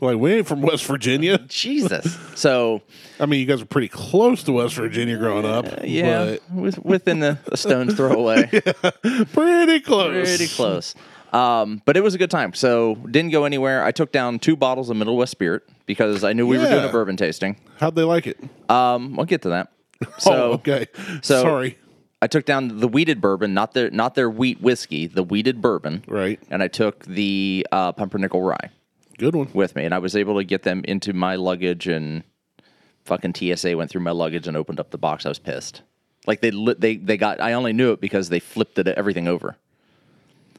[SPEAKER 1] Like we ain't from West Virginia.
[SPEAKER 2] Jesus. So
[SPEAKER 1] I mean, you guys are pretty close to West Virginia growing up.
[SPEAKER 2] Uh, yeah, with, within a, a stone's throw away,
[SPEAKER 1] but pretty close.
[SPEAKER 2] pretty close. Um, but it was a good time. So didn't go anywhere. I took down two bottles of Middle West Spirit because I knew we were doing a
[SPEAKER 1] Yeah.
[SPEAKER 2] bourbon tasting.
[SPEAKER 1] How'd they like it?
[SPEAKER 2] Um, I'll get to that. So
[SPEAKER 1] oh, okay.
[SPEAKER 2] so-
[SPEAKER 1] Sorry.
[SPEAKER 2] I took down the weeded bourbon, not their not their wheat whiskey, the weeded bourbon,
[SPEAKER 1] Right.
[SPEAKER 2] and I took the uh, pumpernickel rye
[SPEAKER 1] Good one.
[SPEAKER 2] with me, and I was able to get them into my luggage, and fucking TSA went through my luggage and opened up the box. I was pissed. Like they lit, they they got. I only knew it because they flipped it everything over.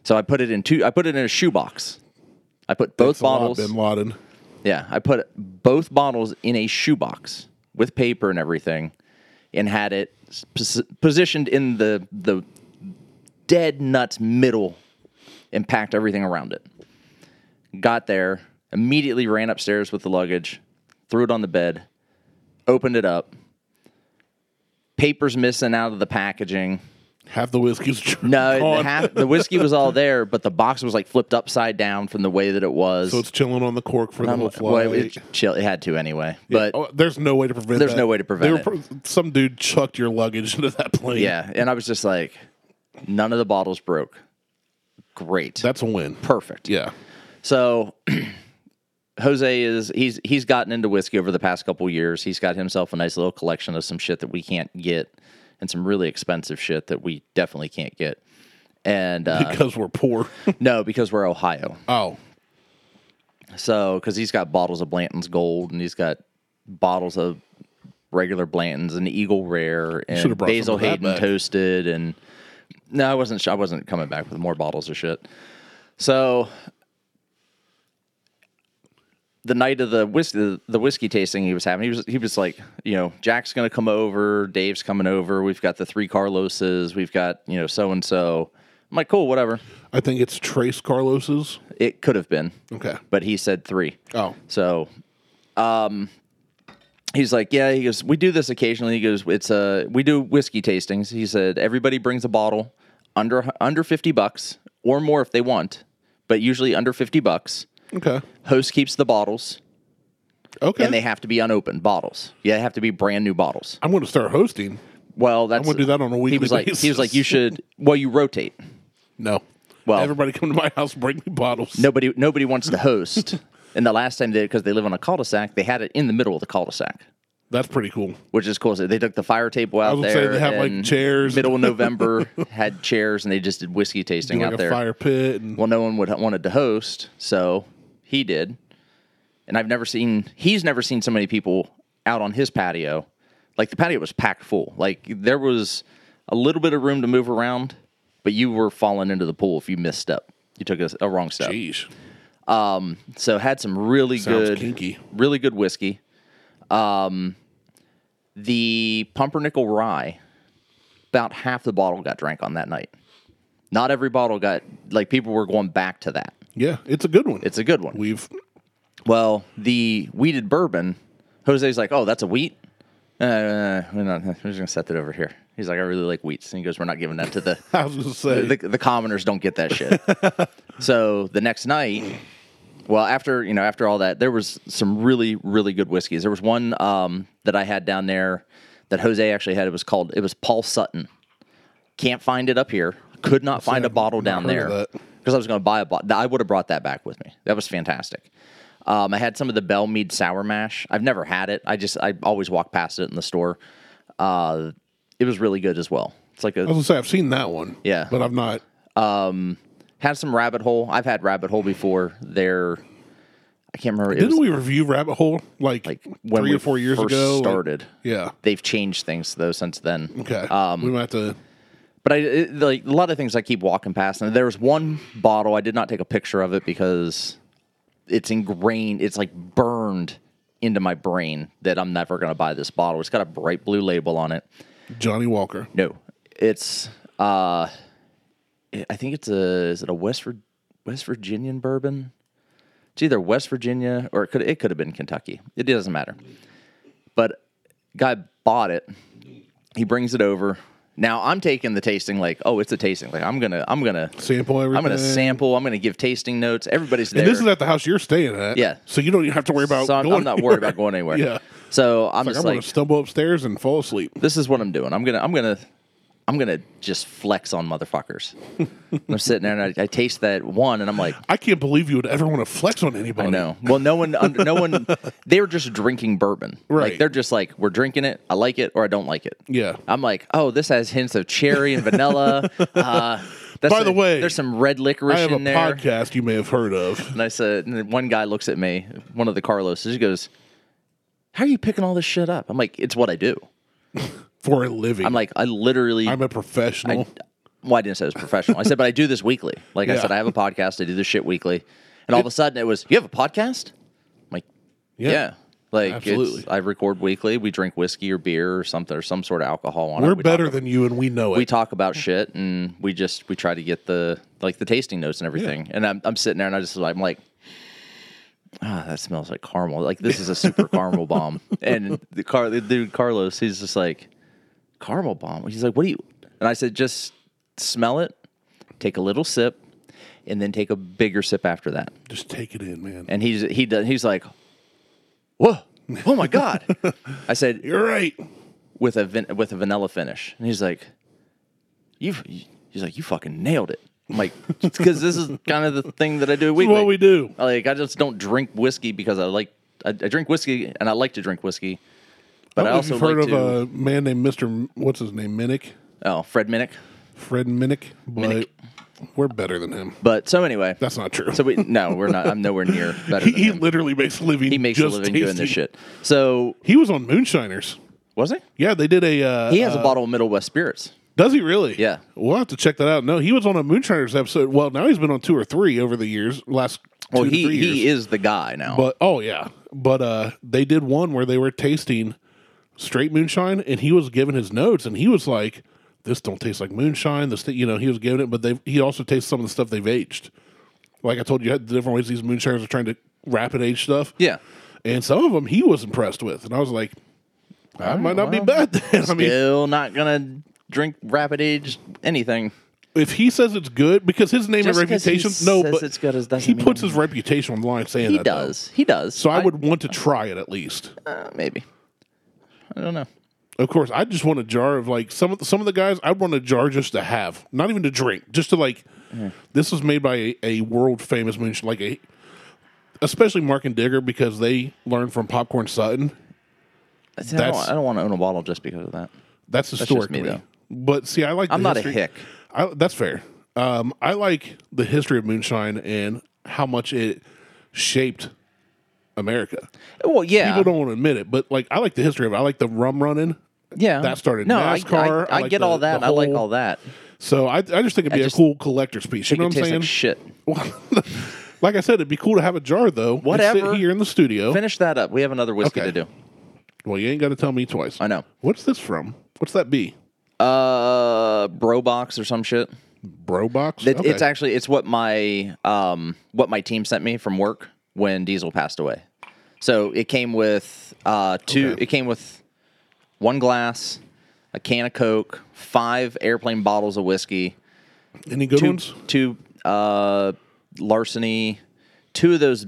[SPEAKER 2] So I put it in two. I put it in a shoebox. I put both
[SPEAKER 1] It's a lot of
[SPEAKER 2] bottles.
[SPEAKER 1] Bin Laden.
[SPEAKER 2] Yeah, I put both bottles in a shoebox with paper and everything, and had it pos- positioned in the the dead nuts middle, and packed everything around it. Got there, immediately ran upstairs with the luggage, threw it on the bed, opened it up. Papers missing out of the packaging.
[SPEAKER 1] Half the whiskey's gone.
[SPEAKER 2] No, the, half, the whiskey was all there, but the box was like flipped upside down from the way that it was.
[SPEAKER 1] so it's chilling on the cork for the
[SPEAKER 2] Um,
[SPEAKER 1] whole
[SPEAKER 2] well,
[SPEAKER 1] flight.
[SPEAKER 2] it, chill, it had to anyway. But
[SPEAKER 1] Oh, there's no way to prevent.
[SPEAKER 2] There's
[SPEAKER 1] that.
[SPEAKER 2] no way to prevent
[SPEAKER 1] They were pro- some dude chucked your luggage into that plane.
[SPEAKER 2] yeah, and I was just like, none of the bottles broke. Great,
[SPEAKER 1] that's a win.
[SPEAKER 2] perfect.
[SPEAKER 1] Yeah,
[SPEAKER 2] So Jose is he's he's gotten into whiskey over the past couple years. He's got himself a nice little collection of some shit that we can't get, and some really expensive shit that we definitely can't get. And uh,
[SPEAKER 1] because we're poor.
[SPEAKER 2] no, because we're Ohio.
[SPEAKER 1] oh,
[SPEAKER 2] So, because he's got bottles of Blanton's Gold and he's got bottles of regular Blanton's and Eagle Rare and
[SPEAKER 1] should've brought
[SPEAKER 2] Basil
[SPEAKER 1] some of that
[SPEAKER 2] Hayden
[SPEAKER 1] back.
[SPEAKER 2] Toasted and no, I wasn't. su- I wasn't coming back with more bottles of shit. So, the night of the whiskey, the whiskey tasting he was having, he was he was like, you know, Jack's gonna come over, Dave's coming over. We've got the three Carloses. We've got you know so and so. I'm like, cool, whatever.
[SPEAKER 1] I think it's Trace Carlos's.
[SPEAKER 2] It could have been,
[SPEAKER 1] Okay.
[SPEAKER 2] but he said three.
[SPEAKER 1] Oh,
[SPEAKER 2] So, um, he's like, yeah. He goes, we do this occasionally. He goes, it's a we do whiskey tastings. He said everybody brings a bottle under under fifty bucks or more if they want, but usually under fifty bucks.
[SPEAKER 1] okay,
[SPEAKER 2] Host keeps the bottles,
[SPEAKER 1] okay.
[SPEAKER 2] and they have to be unopened bottles. Yeah, they have to be brand new bottles.
[SPEAKER 1] I'm going to start hosting.
[SPEAKER 2] Well, that's
[SPEAKER 1] gonna do that on a
[SPEAKER 2] He
[SPEAKER 1] weekly
[SPEAKER 2] was like, he
[SPEAKER 1] basis.
[SPEAKER 2] was like, you should. Well, you rotate.
[SPEAKER 1] No.
[SPEAKER 2] Well-
[SPEAKER 1] everybody come to my house, bring me bottles.
[SPEAKER 2] Nobody nobody wants to host. and the last time they because they live on a cul-de-sac, they had it in the middle of the cul-de-sac.
[SPEAKER 1] That's pretty cool.
[SPEAKER 2] which is cool. So they took the fire table out
[SPEAKER 1] was gonna say,
[SPEAKER 2] there.
[SPEAKER 1] they have, like,
[SPEAKER 2] and
[SPEAKER 1] chairs.
[SPEAKER 2] Middle of November had chairs, and they just did whiskey tasting
[SPEAKER 1] Like
[SPEAKER 2] out
[SPEAKER 1] a
[SPEAKER 2] there.
[SPEAKER 1] fire pit and
[SPEAKER 2] Well, no one would wanted to host, so he did. And I've never seen he's never seen so many people out on his patio. Like the patio was packed full. Like there was a little bit of room to move around, but you were falling into the pool if you misstep. You took a, a wrong step.
[SPEAKER 1] geez.
[SPEAKER 2] Um, so had some really
[SPEAKER 1] Sounds
[SPEAKER 2] good,
[SPEAKER 1] kinky.
[SPEAKER 2] really good whiskey. Um, the pumpernickel rye, about half the bottle got drank on that night. Not every bottle got like people were going back to that.
[SPEAKER 1] Yeah, it's a good one.
[SPEAKER 2] It's a good one.
[SPEAKER 1] We've
[SPEAKER 2] Well, the weeded bourbon, Jose's like, oh, that's a wheat. Uh, we're not. We're just gonna set that over here. He's like, I really like wheats, and he goes, we're not giving that to the
[SPEAKER 1] I was gonna say
[SPEAKER 2] the, the commoners don't get that shit. so the next night, well, after you know, after all that, there was some really, really good whiskeys. There was one um, that I had down there that Jose actually had. It was called. It was Paul Sutton. Can't find it up here. Could not find a
[SPEAKER 1] I've
[SPEAKER 2] bottle
[SPEAKER 1] not
[SPEAKER 2] down
[SPEAKER 1] heard
[SPEAKER 2] there
[SPEAKER 1] of that.
[SPEAKER 2] because I was going to buy a bottle. I would have brought that back with me. That was fantastic. Um, I had some of the Bell Mead Sour Mash. I've never had it. I just I always walk past it in the store. Uh, it was really good as well. It's like a
[SPEAKER 1] I was gonna say I've seen that one.
[SPEAKER 2] Yeah.
[SPEAKER 1] but I've not.
[SPEAKER 2] had some rabbit hole. I've had rabbit hole before. They're I can't remember. It
[SPEAKER 1] Didn't
[SPEAKER 2] was
[SPEAKER 1] we review Rabbit Hole like,
[SPEAKER 2] when
[SPEAKER 1] three
[SPEAKER 2] we
[SPEAKER 1] or four years
[SPEAKER 2] first
[SPEAKER 1] ago? Like,
[SPEAKER 2] started.
[SPEAKER 1] yeah.
[SPEAKER 2] They've changed things though since then.
[SPEAKER 1] Okay.
[SPEAKER 2] Um,
[SPEAKER 1] we might have to.
[SPEAKER 2] But I it, like a lot of things I keep walking past, and there was one bottle I did not take a picture of it because it's ingrained. It's like burned into my brain that I'm never going to buy this bottle. It's got a bright blue label on it.
[SPEAKER 1] Johnny Walker.
[SPEAKER 2] No, it's uh, it- I think it's a is it a West Vir- West Virginian bourbon? It's either West Virginia or it could it could have been Kentucky. It doesn't matter. But guy bought it. He brings it over. Now I'm taking the tasting like, oh, it's a tasting. Like I'm gonna I'm gonna
[SPEAKER 1] Sample everything.
[SPEAKER 2] I'm gonna sample. I'm gonna give tasting notes. Everybody's there.
[SPEAKER 1] And this is at the house you're staying at.
[SPEAKER 2] Yeah.
[SPEAKER 1] So you don't even have to worry about.
[SPEAKER 2] so I'm,
[SPEAKER 1] going
[SPEAKER 2] I'm not worried about going anywhere.
[SPEAKER 1] Yeah.
[SPEAKER 2] So I'm
[SPEAKER 1] Like, I'm
[SPEAKER 2] just
[SPEAKER 1] gonna
[SPEAKER 2] like,
[SPEAKER 1] stumble upstairs and fall asleep.
[SPEAKER 2] this is what I'm doing. I'm gonna I'm gonna I'm gonna just flex on motherfuckers. And I'm sitting there and I, I taste that one and I'm like,
[SPEAKER 1] I can't believe you would ever want to flex on anybody.
[SPEAKER 2] I know. Well, no one, under, no one. They're just drinking bourbon.
[SPEAKER 1] Right.
[SPEAKER 2] Like, they're just like, we're drinking it. I like it or I don't like it.
[SPEAKER 1] Yeah.
[SPEAKER 2] I'm like, oh, this has hints of cherry and vanilla. Uh, that's
[SPEAKER 1] By the way,
[SPEAKER 2] there's some red licorice
[SPEAKER 1] I have a
[SPEAKER 2] in there.
[SPEAKER 1] podcast you may have heard of.
[SPEAKER 2] And I said, and then one guy looks at me, one of the Carlos, he goes, "How are you picking all this shit up?" I'm like, "It's what I do."
[SPEAKER 1] for a living.
[SPEAKER 2] I'm like, I literally
[SPEAKER 1] I'm a professional.
[SPEAKER 2] well, I didn't say I was professional. I said, but I do this weekly. Like I
[SPEAKER 1] Yeah.
[SPEAKER 2] said, I have a podcast. I do this shit weekly. And all of a sudden, it was, you have a podcast? I'm like, yeah. Like,
[SPEAKER 1] Absolutely.
[SPEAKER 2] It's, I record weekly. We drink whiskey or beer or something or some sort of alcohol on it.
[SPEAKER 1] We're
[SPEAKER 2] We talk-
[SPEAKER 1] better than you, and we know it.
[SPEAKER 2] we talk about shit and we just we try to get the like the tasting notes and everything. And I'm, I'm sitting there and I just I'm like, ah, that smells like caramel. Like this is a super caramel bomb. And the car the dude Carlos, he's just like, caramel bomb. He's like, what do you? And I said, just smell it, take a little sip, and then take a bigger sip after that.
[SPEAKER 1] Just take it in, man.
[SPEAKER 2] And he's he does he's like, whoa, oh my god. I said,
[SPEAKER 1] You're right.
[SPEAKER 2] with a van- with a vanilla finish, and he's like, "You," he's like, "You fucking nailed it." I'm like, because this is kind of the thing that I do weekly.
[SPEAKER 1] what we do.
[SPEAKER 2] Like, I just don't drink whiskey because I like I, I drink whiskey and I like to drink whiskey, but I,
[SPEAKER 1] I don't know if
[SPEAKER 2] also
[SPEAKER 1] Oh, you've
[SPEAKER 2] like
[SPEAKER 1] heard
[SPEAKER 2] to.
[SPEAKER 1] of uh, a man named Mister. M- What's his name? Minnick.
[SPEAKER 2] oh, Fred Minnick.
[SPEAKER 1] Fred Minnick. But
[SPEAKER 2] Minnick.
[SPEAKER 1] we're better than him.
[SPEAKER 2] But so anyway,
[SPEAKER 1] That's not true.
[SPEAKER 2] so we no, we're not. I'm nowhere near better.
[SPEAKER 1] he,
[SPEAKER 2] than
[SPEAKER 1] he
[SPEAKER 2] him.
[SPEAKER 1] literally makes a living.
[SPEAKER 2] He makes a
[SPEAKER 1] just
[SPEAKER 2] living doing this
[SPEAKER 1] tasting-
[SPEAKER 2] shit. So
[SPEAKER 1] He was on Moonshiners.
[SPEAKER 2] was he?
[SPEAKER 1] Yeah, they did a. Uh,
[SPEAKER 2] He has
[SPEAKER 1] uh,
[SPEAKER 2] a bottle of Middle West spirits.
[SPEAKER 1] Does he really?
[SPEAKER 2] Yeah.
[SPEAKER 1] We'll have to check that out. No, he was on a Moonshiners episode. Well, now he's been on two or three over the years. Last.
[SPEAKER 2] Well,
[SPEAKER 1] two to
[SPEAKER 2] he
[SPEAKER 1] three years.
[SPEAKER 2] he is the guy now.
[SPEAKER 1] But oh yeah, but uh, they did one where they were tasting straight moonshine, and he was giving his notes, and he was like, "This don't taste like moonshine." This, th-, you know, he was giving it, but they he also tastes some of the stuff they've aged. Like I told you, the different ways these moonshiners are trying to rapid age stuff.
[SPEAKER 2] yeah,
[SPEAKER 1] and some of them he was impressed with, and I was like, "I might not be bad." Then I mean,
[SPEAKER 2] still not gonna drink rapid age anything.
[SPEAKER 1] if he says it's good, because his name
[SPEAKER 2] Just
[SPEAKER 1] and
[SPEAKER 2] 'cause he
[SPEAKER 1] reputation, no,
[SPEAKER 2] says
[SPEAKER 1] but
[SPEAKER 2] it's good, it doesn't
[SPEAKER 1] he
[SPEAKER 2] mean-
[SPEAKER 1] puts his reputation on the line saying
[SPEAKER 2] He
[SPEAKER 1] that though.
[SPEAKER 2] does. He does.
[SPEAKER 1] So I would want to try it at least.
[SPEAKER 2] uh, maybe. I don't know.
[SPEAKER 1] Of course, I just want a jar of like some of the, some of the guys. I'd want a jar just to have, not even to drink, just to like.
[SPEAKER 2] Mm-hmm.
[SPEAKER 1] This was made by a, a world famous moonshine, like a, especially Mark and Digger because they learned from Popcorn Sutton.
[SPEAKER 2] See, I
[SPEAKER 1] That's-
[SPEAKER 2] don't, I don't want to own a bottle just because of that.
[SPEAKER 1] That's
[SPEAKER 2] just
[SPEAKER 1] historic
[SPEAKER 2] me,
[SPEAKER 1] to me.
[SPEAKER 2] though.
[SPEAKER 1] But see, I like.
[SPEAKER 2] I'm
[SPEAKER 1] the
[SPEAKER 2] not a
[SPEAKER 1] history-
[SPEAKER 2] hick.
[SPEAKER 1] I, that's fair. Um, I like the history of moonshine and how much it shaped America.
[SPEAKER 2] Well, yeah,
[SPEAKER 1] People don't want to admit it, but like I like the history of. it. I like the rum running.
[SPEAKER 2] yeah.
[SPEAKER 1] that started
[SPEAKER 2] No, I-
[SPEAKER 1] NASCAR.
[SPEAKER 2] I, I,
[SPEAKER 1] I like
[SPEAKER 2] get
[SPEAKER 1] the-
[SPEAKER 2] all that.
[SPEAKER 1] the
[SPEAKER 2] I like
[SPEAKER 1] whole-
[SPEAKER 2] all that.
[SPEAKER 1] So I, I just think it'd be
[SPEAKER 2] just-
[SPEAKER 1] a cool collector's piece. You know
[SPEAKER 2] It
[SPEAKER 1] what I'm
[SPEAKER 2] tastes
[SPEAKER 1] saying?
[SPEAKER 2] like shit.
[SPEAKER 1] Well, Like I said, it'd be cool to have a jar though. and
[SPEAKER 2] Whatever.
[SPEAKER 1] sit here in the studio.
[SPEAKER 2] Finish that up. We have another whiskey
[SPEAKER 1] Okay.
[SPEAKER 2] to do.
[SPEAKER 1] well, you ain't got to tell me twice.
[SPEAKER 2] I know.
[SPEAKER 1] What's this from? What's that be?
[SPEAKER 2] Uh, bro box or some shit.
[SPEAKER 1] Bro box.
[SPEAKER 2] It,
[SPEAKER 1] Okay.
[SPEAKER 2] It's actually it's what my um what my team sent me from work when Diesel passed away. So it came with uh two.
[SPEAKER 1] Okay.
[SPEAKER 2] It came with one glass, a can of Coke, five airplane bottles of whiskey,
[SPEAKER 1] any good
[SPEAKER 2] two
[SPEAKER 1] ones?
[SPEAKER 2] two uh larceny, two of those.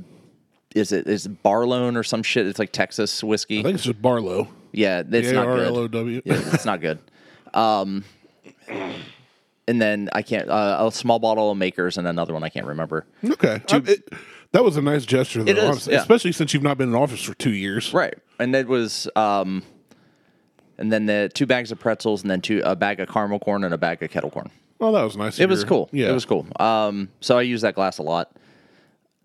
[SPEAKER 2] Is it is it Barlone or some shit? It's like Texas
[SPEAKER 1] I
[SPEAKER 2] whiskey.
[SPEAKER 1] think it's just Barlow.
[SPEAKER 2] Yeah, it's
[SPEAKER 1] A
[SPEAKER 2] not
[SPEAKER 1] R
[SPEAKER 2] good.
[SPEAKER 1] L E. O W.
[SPEAKER 2] Yeah, it's not good. Um, and then I can't uh, a small bottle of Makers and another one I can't remember.
[SPEAKER 1] Okay. I- it- that was a nice gesture, though,
[SPEAKER 2] It is,
[SPEAKER 1] honestly,
[SPEAKER 2] yeah.
[SPEAKER 1] especially since you've not been in office for two years.
[SPEAKER 2] Right, and that was um, and then the two bags of pretzels and then two a bag of caramel corn and a bag of kettle corn.
[SPEAKER 1] Well, that was nice.
[SPEAKER 2] It was cool. It was cool. Um, so I use that glass a lot.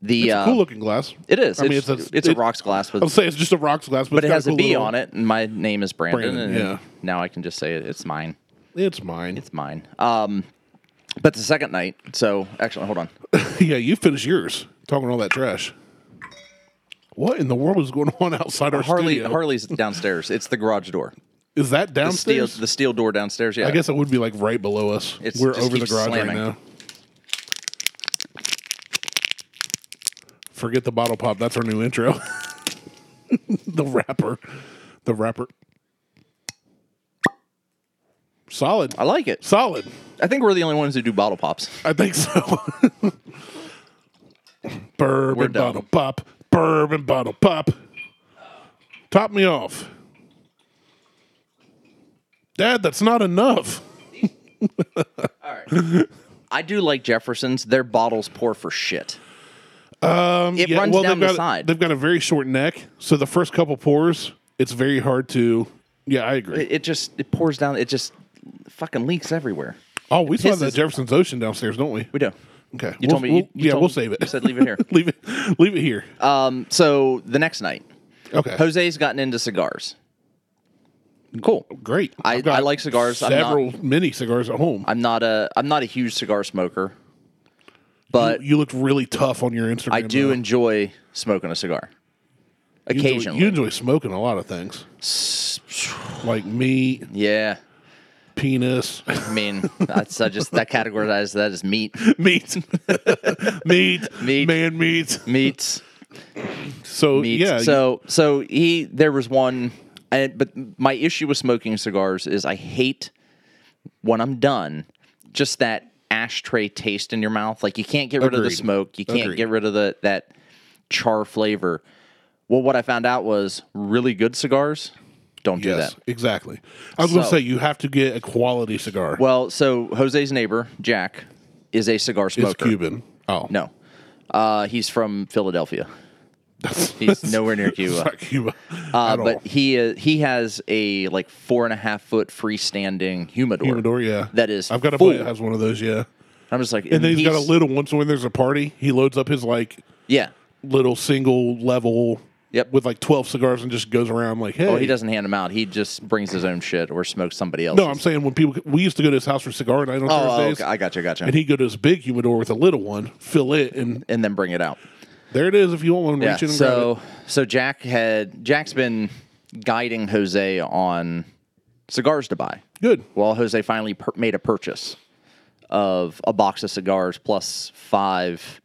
[SPEAKER 2] The uh,
[SPEAKER 1] cool looking glass.
[SPEAKER 2] it is.
[SPEAKER 1] I mean,
[SPEAKER 2] it's,
[SPEAKER 1] it's a,
[SPEAKER 2] it's a
[SPEAKER 1] it-
[SPEAKER 2] rocks glass,
[SPEAKER 1] I'll
[SPEAKER 2] with,
[SPEAKER 1] say it's just a rocks glass, but,
[SPEAKER 2] but it has a
[SPEAKER 1] cool
[SPEAKER 2] B
[SPEAKER 1] little-
[SPEAKER 2] on it, and my name is Brandon.
[SPEAKER 1] Brandon,
[SPEAKER 2] and
[SPEAKER 1] yeah.
[SPEAKER 2] Now I can just say it, it's mine.
[SPEAKER 1] It's mine.
[SPEAKER 2] It's mine. Um, but the second night, so actually, hold on.
[SPEAKER 1] yeah, you finish yours. Talking all that trash. What in the world is going on outside our
[SPEAKER 2] Harley
[SPEAKER 1] studio?
[SPEAKER 2] Harley's downstairs. It's the garage door.
[SPEAKER 1] is that
[SPEAKER 2] The steel
[SPEAKER 1] downstairs?
[SPEAKER 2] the steel door downstairs. Yeah.
[SPEAKER 1] I guess it would be like right below us.
[SPEAKER 2] It's-
[SPEAKER 1] We're
[SPEAKER 2] just
[SPEAKER 1] over the
[SPEAKER 2] keeps
[SPEAKER 1] garage
[SPEAKER 2] slamming.
[SPEAKER 1] right now. Forget the bottle pop. That's our new intro. the rapper. The rapper. Solid.
[SPEAKER 2] I like it.
[SPEAKER 1] Solid.
[SPEAKER 2] I think we're the only ones who do bottle pops.
[SPEAKER 1] I think so. Bourbon
[SPEAKER 2] We're done.
[SPEAKER 1] bottle pop. Bourbon bottle pop. Top me off. Dad, that's not enough.
[SPEAKER 2] I do like Jefferson's. Their bottles pour for shit. Um, it runs down
[SPEAKER 1] they've
[SPEAKER 2] the
[SPEAKER 1] got,
[SPEAKER 2] side.
[SPEAKER 1] They've got a very short neck, so the first couple pours, it's very hard to. Yeah, I agree.
[SPEAKER 2] it, it just it pours down. It just fucking leaks everywhere.
[SPEAKER 1] oh, we still have that
[SPEAKER 2] pisses-
[SPEAKER 1] Jefferson's Ocean downstairs, don't we?
[SPEAKER 2] We do.
[SPEAKER 1] Okay,
[SPEAKER 2] You
[SPEAKER 1] we'll,
[SPEAKER 2] told me. you-
[SPEAKER 1] we'll-
[SPEAKER 2] you
[SPEAKER 1] yeah,
[SPEAKER 2] told-
[SPEAKER 1] we'll save it.
[SPEAKER 2] You said leave it here.
[SPEAKER 1] leave it. Leave it here.
[SPEAKER 2] um, so the next night,
[SPEAKER 1] okay.
[SPEAKER 2] Jose's gotten into cigars. Cool.
[SPEAKER 1] Great.
[SPEAKER 2] I-
[SPEAKER 1] I've got
[SPEAKER 2] I like cigars. I'm not-
[SPEAKER 1] Several mini cigars at home.
[SPEAKER 2] I'm not a I'm not a huge cigar smoker, but
[SPEAKER 1] you look really tough on your Instagram.
[SPEAKER 2] I do
[SPEAKER 1] though.
[SPEAKER 2] enjoy smoking a cigar.
[SPEAKER 1] You enjoy-
[SPEAKER 2] Occasionally.
[SPEAKER 1] you enjoy smoking a lot of things, like meat,
[SPEAKER 2] Yeah.
[SPEAKER 1] penis,
[SPEAKER 2] I mean, that's I just that categorizes that as meat,
[SPEAKER 1] meat, meat,
[SPEAKER 2] Meat.
[SPEAKER 1] man, meat.
[SPEAKER 2] meats,
[SPEAKER 1] So
[SPEAKER 2] meats.
[SPEAKER 1] yeah, you-
[SPEAKER 2] so so he there was one, and but my issue with smoking cigars is I hate when I'm done, just that ashtray taste in your mouth. Like you can't get rid of the
[SPEAKER 1] Agreed.
[SPEAKER 2] smoke, you can't
[SPEAKER 1] Agreed.
[SPEAKER 2] get rid of the that char flavor. Well, what I found out was really good cigars don't do that.
[SPEAKER 1] exactly. I was going to
[SPEAKER 2] So-
[SPEAKER 1] say you have to get a quality cigar.
[SPEAKER 2] Well, so Jose's neighbor Jack is a cigar smoker.
[SPEAKER 1] it's Cuban. Oh
[SPEAKER 2] No. Uh, he's from Philadelphia. He's nowhere near
[SPEAKER 1] it's
[SPEAKER 2] Cuba.
[SPEAKER 1] not Cuba
[SPEAKER 2] Uh,
[SPEAKER 1] at all.
[SPEAKER 2] but he uh, he has a like four and a half foot freestanding humidor.
[SPEAKER 1] Humidor, yeah.
[SPEAKER 2] That is
[SPEAKER 1] I've got a
[SPEAKER 2] full.
[SPEAKER 1] buddy that has one of those. Yeah,
[SPEAKER 2] I'm just like,
[SPEAKER 1] and then he's got a
[SPEAKER 2] he's-
[SPEAKER 1] little one. So when there's a party, he loads up his like
[SPEAKER 2] Yeah.
[SPEAKER 1] little single level.
[SPEAKER 2] Yep.
[SPEAKER 1] With like twelve cigars and just goes around like, hey.
[SPEAKER 2] Oh, he doesn't hand them out. He just brings his own shit or smokes somebody else's.
[SPEAKER 1] No, I'm saying when people we used to go to his house for cigar night on
[SPEAKER 2] oh,
[SPEAKER 1] Thursdays,
[SPEAKER 2] okay. I gotcha, gotcha.
[SPEAKER 1] and
[SPEAKER 2] And,
[SPEAKER 1] he'd go to his big humidor with a little one, fill it, and
[SPEAKER 2] then bring it out.
[SPEAKER 1] there it is. If you want one,
[SPEAKER 2] Yeah.
[SPEAKER 1] reach in and grab it.
[SPEAKER 2] So so Jack had Jack's been guiding Jose on cigars to buy.
[SPEAKER 1] Good.
[SPEAKER 2] Well, Jose finally per- made a purchase of a box of cigars plus five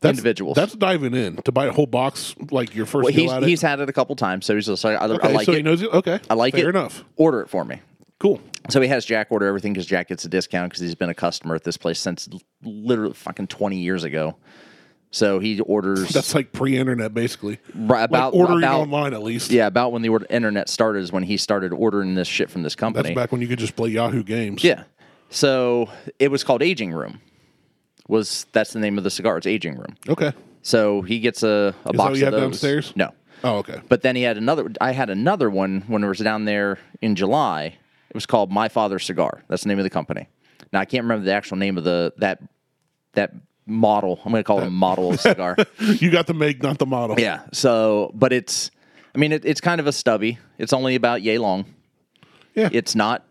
[SPEAKER 1] That's,
[SPEAKER 2] individuals.
[SPEAKER 1] That's diving in to buy a whole box like your first.
[SPEAKER 2] Well,
[SPEAKER 1] deal
[SPEAKER 2] he's,
[SPEAKER 1] at it.
[SPEAKER 2] he's had it a couple times, so he's just like, I, I
[SPEAKER 1] Okay,
[SPEAKER 2] like
[SPEAKER 1] so
[SPEAKER 2] it.
[SPEAKER 1] he knows you. Okay,
[SPEAKER 2] I like
[SPEAKER 1] Fair
[SPEAKER 2] it.
[SPEAKER 1] enough.
[SPEAKER 2] Order it for me.
[SPEAKER 1] Cool.
[SPEAKER 2] So he has Jack order everything because Jack gets a discount because he's been a customer at this place since l- literally fucking 20 years ago. So he orders
[SPEAKER 1] That's like pre-internet, basically.
[SPEAKER 2] ri-
[SPEAKER 1] like
[SPEAKER 2] about,
[SPEAKER 1] ordering
[SPEAKER 2] about
[SPEAKER 1] online, at least.
[SPEAKER 2] yeah about when the or- internet started is when he started ordering this shit from this
[SPEAKER 1] that's
[SPEAKER 2] company.
[SPEAKER 1] back when you could just play Yahoo games.
[SPEAKER 2] Yeah. So it was called Aging Room. Was that's the name of the cigar? It's Aging Room.
[SPEAKER 1] Okay.
[SPEAKER 2] So he gets a, a box
[SPEAKER 1] what you have
[SPEAKER 2] of those.
[SPEAKER 1] downstairs?
[SPEAKER 2] No.
[SPEAKER 1] Oh, okay.
[SPEAKER 2] But then he had another. I had another one when I was down there in July. It was called My Father's Cigar. That's the name of the company. Now I can't remember the actual name of the that that model. I'm going to call it a model of cigar.
[SPEAKER 1] You got the make, not the model.
[SPEAKER 2] Yeah. So, but it's. I mean, it, it's kind of a stubby. It's only about yay long.
[SPEAKER 1] Yeah.
[SPEAKER 2] It's not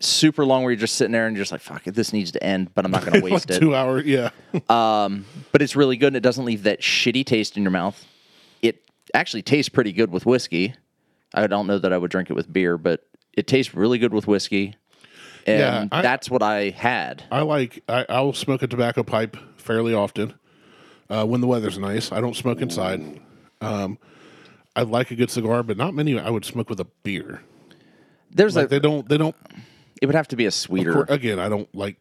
[SPEAKER 2] super long where you're just sitting there and you're just like, fuck it, this needs to end, but I'm not going to waste
[SPEAKER 1] like
[SPEAKER 2] it.
[SPEAKER 1] two hours. Yeah.
[SPEAKER 2] But it's really good and it doesn't leave that shitty taste in your mouth. It actually tastes pretty good with whiskey. I don't know that I would drink it with beer, but it tastes really good with whiskey. And
[SPEAKER 1] Yeah, I-
[SPEAKER 2] that's what I had.
[SPEAKER 1] I like I, I will smoke a tobacco pipe fairly often uh, when the weather's nice. I don't smoke inside. Um, I like a good cigar, but not many. I would smoke with a beer.
[SPEAKER 2] There's
[SPEAKER 1] Like
[SPEAKER 2] a,
[SPEAKER 1] they don't. They don't.
[SPEAKER 2] it would have to be a sweeter.
[SPEAKER 1] Again, I don't like.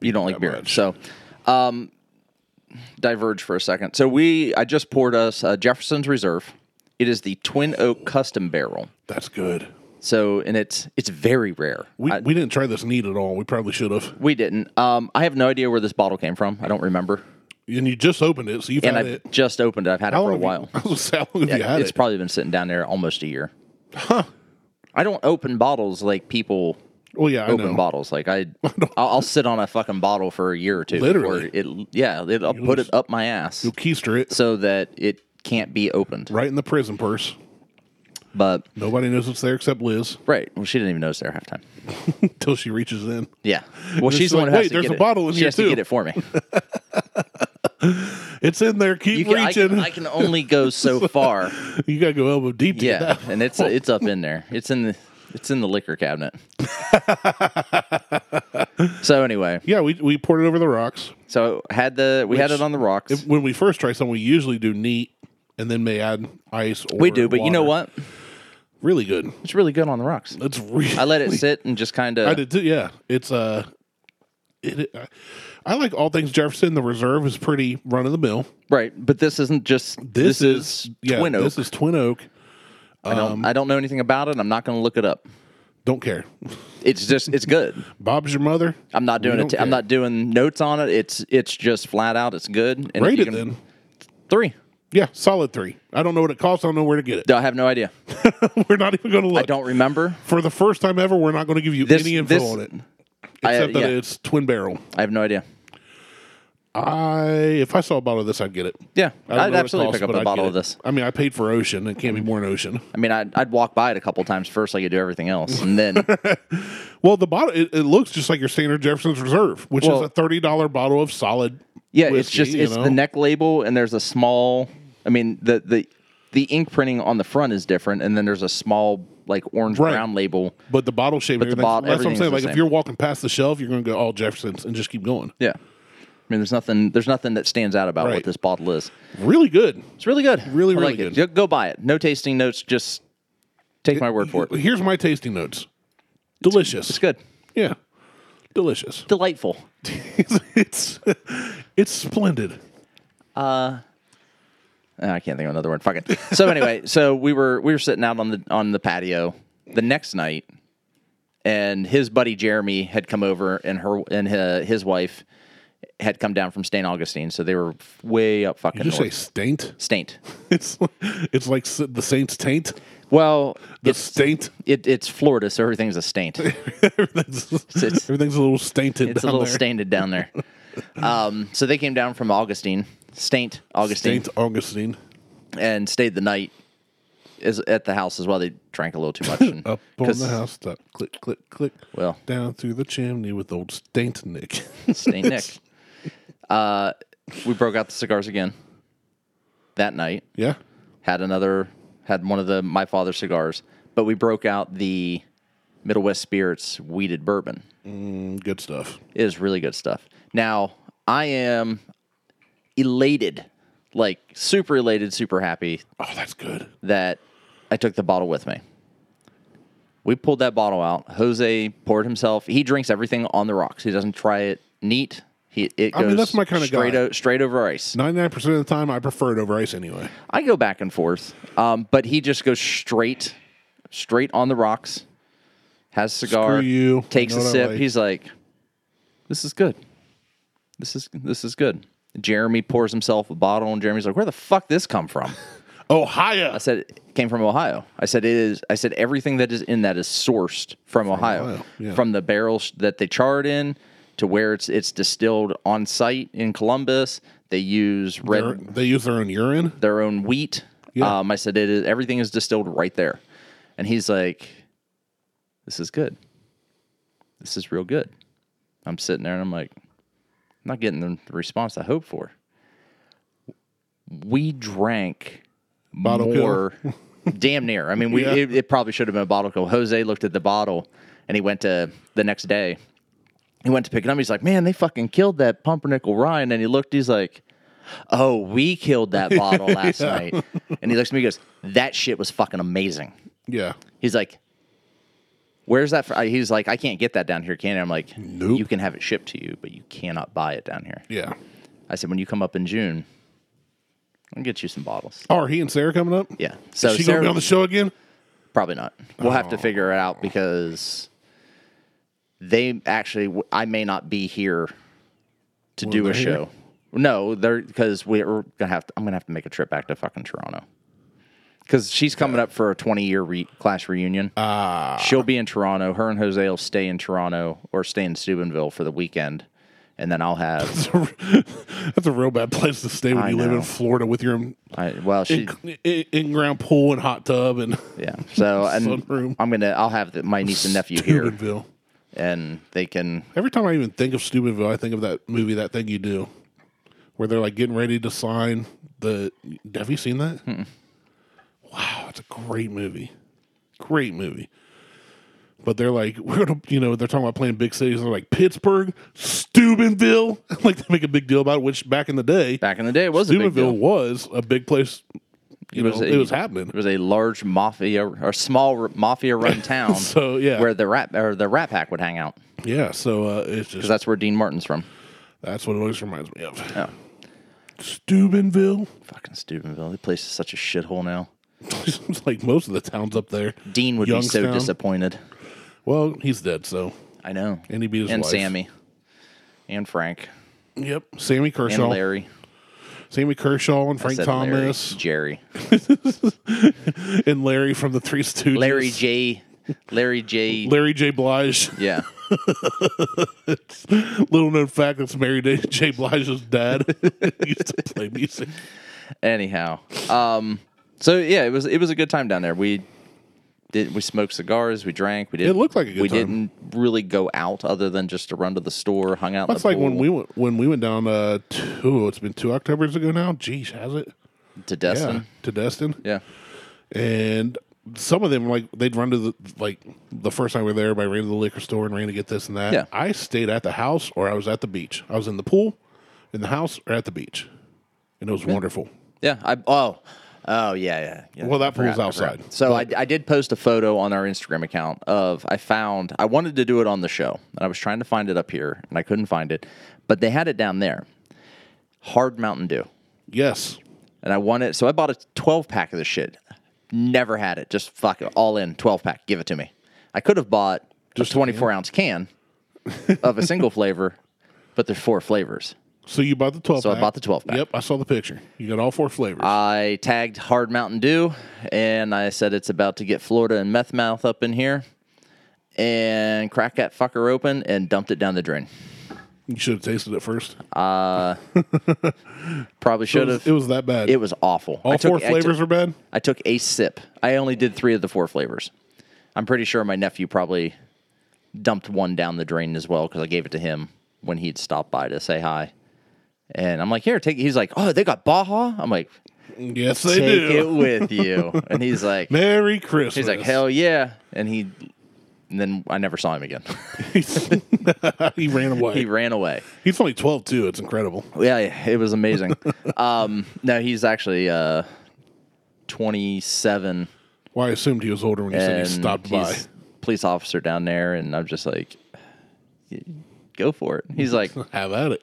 [SPEAKER 2] you don't like beer.
[SPEAKER 1] much.
[SPEAKER 2] So, um, diverge for a second. So we, I just poured us uh, Jefferson's Reserve. It is the Twin Oak Custom Barrel.
[SPEAKER 1] That's good.
[SPEAKER 2] So, and it's it's very rare.
[SPEAKER 1] We
[SPEAKER 2] I-
[SPEAKER 1] we didn't try this neat at all. We probably should have.
[SPEAKER 2] we didn't. Um, I have no idea where this bottle came from. I don't remember.
[SPEAKER 1] And you just opened it, so you've
[SPEAKER 2] And
[SPEAKER 1] had
[SPEAKER 2] I
[SPEAKER 1] it
[SPEAKER 2] just opened it. I've had it for a
[SPEAKER 1] have you-
[SPEAKER 2] while.
[SPEAKER 1] I was gonna say, how long have you had
[SPEAKER 2] it's
[SPEAKER 1] it?
[SPEAKER 2] probably been sitting down there almost a year. I don't open bottles like people
[SPEAKER 1] well, yeah, I
[SPEAKER 2] open
[SPEAKER 1] know.
[SPEAKER 2] bottles. Like I, I'll, I'll sit on a fucking bottle for a year or two.
[SPEAKER 1] Literally.
[SPEAKER 2] before it yeah, it, I'll put it up my ass.
[SPEAKER 1] Keister it
[SPEAKER 2] so that it can't be opened.
[SPEAKER 1] right in the prison purse.
[SPEAKER 2] But
[SPEAKER 1] Nobody knows it's there except Liz
[SPEAKER 2] right, well, she didn't even notice there half time.
[SPEAKER 1] until she reaches in.
[SPEAKER 2] Yeah, well,
[SPEAKER 1] Just
[SPEAKER 2] she's the
[SPEAKER 1] like,
[SPEAKER 2] one who has
[SPEAKER 1] wait,
[SPEAKER 2] to
[SPEAKER 1] there's
[SPEAKER 2] get
[SPEAKER 1] a
[SPEAKER 2] it.
[SPEAKER 1] bottle in
[SPEAKER 2] she
[SPEAKER 1] here,
[SPEAKER 2] has
[SPEAKER 1] too.
[SPEAKER 2] to get it for me.
[SPEAKER 1] It's in there. Keep
[SPEAKER 2] You can, I,
[SPEAKER 1] reaching.
[SPEAKER 2] can, I can only go so far.
[SPEAKER 1] you gotta go elbow deep. To get
[SPEAKER 2] Yeah,
[SPEAKER 1] that.
[SPEAKER 2] and it's it's up in there. It's in the it's in the liquor cabinet. so anyway,
[SPEAKER 1] Yeah, we, we poured it over the rocks.
[SPEAKER 2] so had the we had
[SPEAKER 1] Which-
[SPEAKER 2] it on the rocks.
[SPEAKER 1] When we first try something, we usually do neat and then may add ice or
[SPEAKER 2] we do, but you know
[SPEAKER 1] water.
[SPEAKER 2] what?
[SPEAKER 1] Really good.
[SPEAKER 2] It's really good on the rocks.
[SPEAKER 1] It's really
[SPEAKER 2] I let it sit and just kind
[SPEAKER 1] I
[SPEAKER 2] of
[SPEAKER 1] did too. Yeah, it's uh, it, I- I like all things Jefferson. The reserve is pretty run of the mill.
[SPEAKER 2] right. But this isn't just this, is,
[SPEAKER 1] yeah,
[SPEAKER 2] Twin Oak.
[SPEAKER 1] This um, is Twin Oak.
[SPEAKER 2] I don't I don't know anything about it. I'm not going to look it up.
[SPEAKER 1] Don't care.
[SPEAKER 2] It's just it's good.
[SPEAKER 1] Bob's your mother.
[SPEAKER 2] I'm not doing
[SPEAKER 1] don't
[SPEAKER 2] it. I'm
[SPEAKER 1] care.
[SPEAKER 2] not doing notes on it. It's it's just flat out. It's good. And if
[SPEAKER 1] Rate
[SPEAKER 2] you
[SPEAKER 1] it
[SPEAKER 2] can-
[SPEAKER 1] then.
[SPEAKER 2] Three.
[SPEAKER 1] Yeah, solid three. I don't know what it costs. I don't know where to get it.
[SPEAKER 2] No, I have no idea.
[SPEAKER 1] we're not even going to
[SPEAKER 2] I
[SPEAKER 1] look.
[SPEAKER 2] don't remember.
[SPEAKER 1] For the first time ever, we're not going to give you
[SPEAKER 2] This-
[SPEAKER 1] any info
[SPEAKER 2] this-
[SPEAKER 1] on it,
[SPEAKER 2] I-
[SPEAKER 1] except that
[SPEAKER 2] yeah.
[SPEAKER 1] it's twin barrel.
[SPEAKER 2] I have no idea.
[SPEAKER 1] I if I saw a bottle of this, I'd get it.
[SPEAKER 2] Yeah,
[SPEAKER 1] I don't
[SPEAKER 2] I'd
[SPEAKER 1] know what it
[SPEAKER 2] absolutely
[SPEAKER 1] costs,
[SPEAKER 2] pick up
[SPEAKER 1] but
[SPEAKER 2] a
[SPEAKER 1] I'd
[SPEAKER 2] bottle
[SPEAKER 1] get
[SPEAKER 2] of
[SPEAKER 1] it.
[SPEAKER 2] this.
[SPEAKER 1] I mean, I paid for Ocean. It can't be more than Ocean.
[SPEAKER 2] I mean, I'd, I'd walk by it a couple times first, like I do everything else, and then
[SPEAKER 1] Well, the bottle it, it looks just like your standard Jefferson's Reserve, which
[SPEAKER 2] Well-
[SPEAKER 1] is a thirty dollar bottle of solid.
[SPEAKER 2] yeah, it's
[SPEAKER 1] whiskey,
[SPEAKER 2] just
[SPEAKER 1] you
[SPEAKER 2] it's
[SPEAKER 1] know?
[SPEAKER 2] the neck label, and there's a small. I mean, the the the ink printing on the front is different, and then there's a small like orange
[SPEAKER 1] Right.
[SPEAKER 2] brown label.
[SPEAKER 1] but the bottle shape. and
[SPEAKER 2] the
[SPEAKER 1] everything-
[SPEAKER 2] bottle-
[SPEAKER 1] that's what I'm
[SPEAKER 2] everything's
[SPEAKER 1] saying.
[SPEAKER 2] the
[SPEAKER 1] Like if
[SPEAKER 2] same.
[SPEAKER 1] you're walking past the shelf, you're going to go all Jefferson's and just keep going.
[SPEAKER 2] Yeah, I mean, there's nothing there's nothing that stands out about
[SPEAKER 1] Right.
[SPEAKER 2] what this bottle is.
[SPEAKER 1] Really good.
[SPEAKER 2] It's really good.
[SPEAKER 1] Really,
[SPEAKER 2] I
[SPEAKER 1] really
[SPEAKER 2] like it.
[SPEAKER 1] good.
[SPEAKER 2] Go- Go buy it. No tasting notes. Just take my word for it.
[SPEAKER 1] Here's my tasting notes. Delicious.
[SPEAKER 2] It's good.
[SPEAKER 1] Yeah, delicious.
[SPEAKER 2] Delightful.
[SPEAKER 1] it's it's, it's splendid.
[SPEAKER 2] Ah, I can't think of another word. Fuck it. So anyway, so we were we were sitting out on the on the patio the next night, and his buddy Jeremy had come over, and her and hi- his wife had come down from St. Augustine, so they were way up fucking
[SPEAKER 1] Did you
[SPEAKER 2] north.
[SPEAKER 1] say staint?
[SPEAKER 2] Staint.
[SPEAKER 1] It's it's like s- the Saints taint.
[SPEAKER 2] Well,
[SPEAKER 1] The
[SPEAKER 2] it's
[SPEAKER 1] staint.
[SPEAKER 2] it, it's Florida, so everything's a staint.
[SPEAKER 1] everything's,
[SPEAKER 2] it's-
[SPEAKER 1] everything's a little stainted.
[SPEAKER 2] It's a
[SPEAKER 1] down
[SPEAKER 2] little
[SPEAKER 1] there.
[SPEAKER 2] stainted down there. Um, so they came down from Augustine, Staint, Augustine,
[SPEAKER 1] Saint Augustine.
[SPEAKER 2] and stayed the night is at the house as well. They drank a little too much. and-
[SPEAKER 1] Up on
[SPEAKER 2] 'cause-
[SPEAKER 1] the house top. Click, click, click.
[SPEAKER 2] Well.
[SPEAKER 1] down through the chimney with old Staint Nick.
[SPEAKER 2] Saint Nick. Uh, we broke out the cigars again that night.
[SPEAKER 1] yeah,
[SPEAKER 2] Had another, had one of the my father's cigars, but we broke out the Middle West Spirits weeded bourbon.
[SPEAKER 1] Mm, good stuff.
[SPEAKER 2] It is really good stuff. Now I am elated, like super elated, super happy
[SPEAKER 1] Oh, that's good.
[SPEAKER 2] that I took the bottle with me. We pulled that bottle out. Jose poured himself. He drinks everything on the rocks. He doesn't try it neat. He it goes
[SPEAKER 1] mean, that's my kinda
[SPEAKER 2] straight
[SPEAKER 1] guy.
[SPEAKER 2] o- straight over ice.
[SPEAKER 1] Ninety nine percent of the time, I prefer it over ice anyway.
[SPEAKER 2] I go back and forth, um, but he just goes straight straight on the rocks. Has a cigar.
[SPEAKER 1] Screw you.
[SPEAKER 2] Takes
[SPEAKER 1] You know
[SPEAKER 2] a
[SPEAKER 1] what I
[SPEAKER 2] sip.
[SPEAKER 1] like.
[SPEAKER 2] He's like, "This is good. This is this is good." Jeremy pours himself a bottle, and Jeremy's like, "Where the fuck this come from?"
[SPEAKER 1] Ohio.
[SPEAKER 2] I said it came from Ohio. I said it is. I said everything that is in that is sourced from, Ohio,
[SPEAKER 1] Ohio, yeah.
[SPEAKER 2] from the barrels that they charred in to where it's it's distilled on site in Columbus. They use red
[SPEAKER 1] Their- they use their own urine.
[SPEAKER 2] their own wheat.
[SPEAKER 1] Yeah.
[SPEAKER 2] Um, I said it is everything is distilled right there, and he's like, "This is good." this is real good. I'm sitting there and I'm like, I'm not getting the response I hoped for. We drank
[SPEAKER 1] Bottle kill.
[SPEAKER 2] more, damn near. I mean, we
[SPEAKER 1] Yeah.
[SPEAKER 2] it, it probably should have been a bottle kill. Jose looked at the bottle and he went to the next day. He went to pick it up. He's like, man, they fucking killed that pumpernickel rye. And then he looked, he's like, oh, we killed that bottle last night. And he looks at me and goes, that shit was fucking amazing.
[SPEAKER 1] Yeah.
[SPEAKER 2] He's like, "Where's that?" Fr-? He's like, "I can't get that down here, can I?" I'm like,
[SPEAKER 1] Nope.
[SPEAKER 2] You can have it shipped to you, but you cannot buy it down here."
[SPEAKER 1] Yeah.
[SPEAKER 2] I said, "When you come up in June, I'll get you some bottles."
[SPEAKER 1] Oh, are he and Sarah coming up?
[SPEAKER 2] Yeah. So
[SPEAKER 1] Is she
[SPEAKER 2] Sarah-
[SPEAKER 1] gonna be on the show again?
[SPEAKER 2] probably not. We'll have to
[SPEAKER 1] Oh.
[SPEAKER 2] figure it out because they actually, I may not be here to do
[SPEAKER 1] they're
[SPEAKER 2] a
[SPEAKER 1] here?
[SPEAKER 2] show. No, they're because we're gonna have. To, I'm gonna have to make a trip back to fucking Toronto because she's coming
[SPEAKER 1] Uh.
[SPEAKER 2] up for a 20 year re- class reunion.
[SPEAKER 1] Ah.
[SPEAKER 2] She'll be in Toronto. Her and Jose will stay in Toronto or stay in Steubenville for the weekend, and then I'll have.
[SPEAKER 1] That's a real bad place to stay when
[SPEAKER 2] I
[SPEAKER 1] you live in
[SPEAKER 2] know.
[SPEAKER 1] Florida with your in,
[SPEAKER 2] I, well, she.
[SPEAKER 1] in ground pool and hot tub and
[SPEAKER 2] Yeah. So
[SPEAKER 1] Sunroom.
[SPEAKER 2] and I'm gonna. I'll have the, my niece and nephew here,
[SPEAKER 1] Steubenville.
[SPEAKER 2] and they can.
[SPEAKER 1] Every time I even think of Steubenville, I think of that movie, that thing you do, where they're like getting ready to sign the. Have you seen that? Wow, it's a great movie, great movie. But they're like, we're gonna, you know, they're talking about playing big cities. They're like Pittsburgh, Steubenville, like they make a big deal about it, which back in the day,
[SPEAKER 2] Back in the day, it was a big
[SPEAKER 1] Steubenville
[SPEAKER 2] deal.
[SPEAKER 1] was a big place. You know, it was happening.
[SPEAKER 2] It was a large mafia or small mafia run town.
[SPEAKER 1] So, yeah.
[SPEAKER 2] where the rat or the Rat Pack would hang out
[SPEAKER 1] Yeah, so uh, it's just
[SPEAKER 2] 'Cause that's where Dean Martin's from.
[SPEAKER 1] that's what it always reminds me of.
[SPEAKER 2] Oh.
[SPEAKER 1] Steubenville,
[SPEAKER 2] Fucking Steubenville, that place is such a shithole now.
[SPEAKER 1] It's like most of the towns up there.
[SPEAKER 2] Dean would be so
[SPEAKER 1] Youngstown.
[SPEAKER 2] disappointed.
[SPEAKER 1] Well, he's dead, so
[SPEAKER 2] I know.
[SPEAKER 1] and he beat his
[SPEAKER 2] and
[SPEAKER 1] wife.
[SPEAKER 2] Sammy, and Frank,
[SPEAKER 1] Yep, Sammy
[SPEAKER 2] and
[SPEAKER 1] Kershaw,
[SPEAKER 2] Larry,
[SPEAKER 1] Sammy Kershaw, and
[SPEAKER 2] I
[SPEAKER 1] Frank
[SPEAKER 2] said Larry.
[SPEAKER 1] Thomas,
[SPEAKER 2] Jerry,
[SPEAKER 1] and Larry from the Three Stooges.
[SPEAKER 2] Larry J, Larry J.
[SPEAKER 1] Larry J. Blige.
[SPEAKER 2] yeah,
[SPEAKER 1] Little known fact that's Mary J. J. Blige's dad. he used to play music.
[SPEAKER 2] anyhow um so yeah it was it was a good time down there we did we smoked cigars we drank we did
[SPEAKER 1] It looked like a good
[SPEAKER 2] we
[SPEAKER 1] time.
[SPEAKER 2] didn't really go out other than just to run to the store hung out in
[SPEAKER 1] That's
[SPEAKER 2] the
[SPEAKER 1] like when
[SPEAKER 2] pool
[SPEAKER 1] we went when we went down. Uh, two, it's been two Octobers ago now. Jeez, has it?
[SPEAKER 2] to
[SPEAKER 1] Yeah,
[SPEAKER 2] destin
[SPEAKER 1] to Destin.
[SPEAKER 2] yeah,
[SPEAKER 1] and some of them like they'd run to the like the first time we were there everybody ran to the liquor store and ran to get this and that
[SPEAKER 2] Yeah.
[SPEAKER 1] i stayed at the house or i was at the beach i was in the pool in the house or at the beach and it was wonderful
[SPEAKER 2] yeah i oh oh yeah yeah, yeah.
[SPEAKER 1] well that
[SPEAKER 2] I
[SPEAKER 1] pool's
[SPEAKER 2] forgot, I forgot.
[SPEAKER 1] outside
[SPEAKER 2] so I, I did post a photo on our instagram account of i found i wanted to do it on the show and i was trying to find it up here and i couldn't find it but they had it down there hard mountain dew
[SPEAKER 1] yes
[SPEAKER 2] and I want it. So I bought a 12 pack of this shit. Never had it. Just fuck it, all in 12 pack. Give it to me. I could have bought just a 24 ounce can of a single flavor, but there's four flavors.
[SPEAKER 1] so you bought the 12
[SPEAKER 2] So I bought the 12 pack. Uh,
[SPEAKER 1] yep i saw the picture you got all four flavors
[SPEAKER 2] I tagged Hard Mountain Dew, and I said it's about to get Florida and meth mouth up in here, and cracked that fucker open and dumped it down the drain.
[SPEAKER 1] you should have tasted it first
[SPEAKER 2] Probably
[SPEAKER 1] it
[SPEAKER 2] should
[SPEAKER 1] was,
[SPEAKER 2] have.
[SPEAKER 1] it was that bad
[SPEAKER 2] It was awful.
[SPEAKER 1] all
[SPEAKER 2] I took-
[SPEAKER 1] four
[SPEAKER 2] I took-
[SPEAKER 1] flavors are bad
[SPEAKER 2] I took a sip. I only did three of the four flavors. I'm pretty sure my nephew probably dumped one down the drain as well because I gave it to him when he'd stopped by to say hi. And I'm like, here, take. it." He's like, oh, they got Baja. I'm like,
[SPEAKER 1] yes they
[SPEAKER 2] take it
[SPEAKER 1] do
[SPEAKER 2] with you. And he's like,
[SPEAKER 1] merry christmas
[SPEAKER 2] he's like, hell yeah. And he, and then I never saw him again.
[SPEAKER 1] he ran away
[SPEAKER 2] he ran away.
[SPEAKER 1] he's only 12 too it's incredible
[SPEAKER 2] Yeah, it was amazing. um, no, he's actually uh, 27.
[SPEAKER 1] well i assumed he was older when you said
[SPEAKER 2] and
[SPEAKER 1] he stopped by
[SPEAKER 2] he's Police officer down there, and I'm just like, "Y- go for it. He's like,
[SPEAKER 1] have at it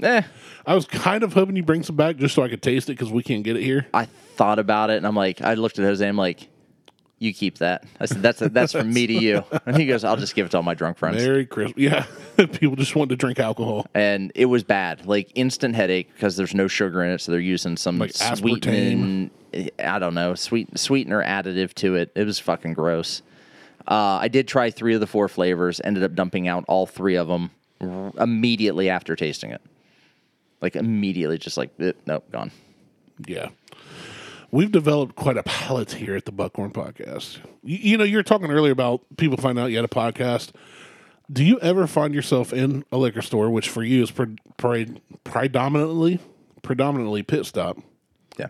[SPEAKER 2] eh.
[SPEAKER 1] I was kind of hoping you bring some back just so I could taste it because we can't get it here.
[SPEAKER 2] I thought about it, and I'm like, I looked at Jose, I'm like, you keep that. I said, that's that's from me to you. And he goes, I'll just give it to all my drunk friends.
[SPEAKER 1] Merry Christmas. Yeah. People just want to drink alcohol.
[SPEAKER 2] And it was bad, like instant headache because there's no sugar in it, so they're using some
[SPEAKER 1] Like
[SPEAKER 2] sweetening. I don't know, sweet sweetener additive to it. It was fucking gross. Uh, I did try three of the four flavors. Ended up dumping out all three of them immediately after tasting it. Like immediately, just like eh, nope, gone.
[SPEAKER 1] Yeah. We've developed quite a palate here at the Buckhorn Podcast. You, you know, you were talking earlier about people find out you had a podcast. Do you ever find yourself in a liquor store, which for you is pre- pre- predominantly predominantly pit stop?
[SPEAKER 2] Yeah.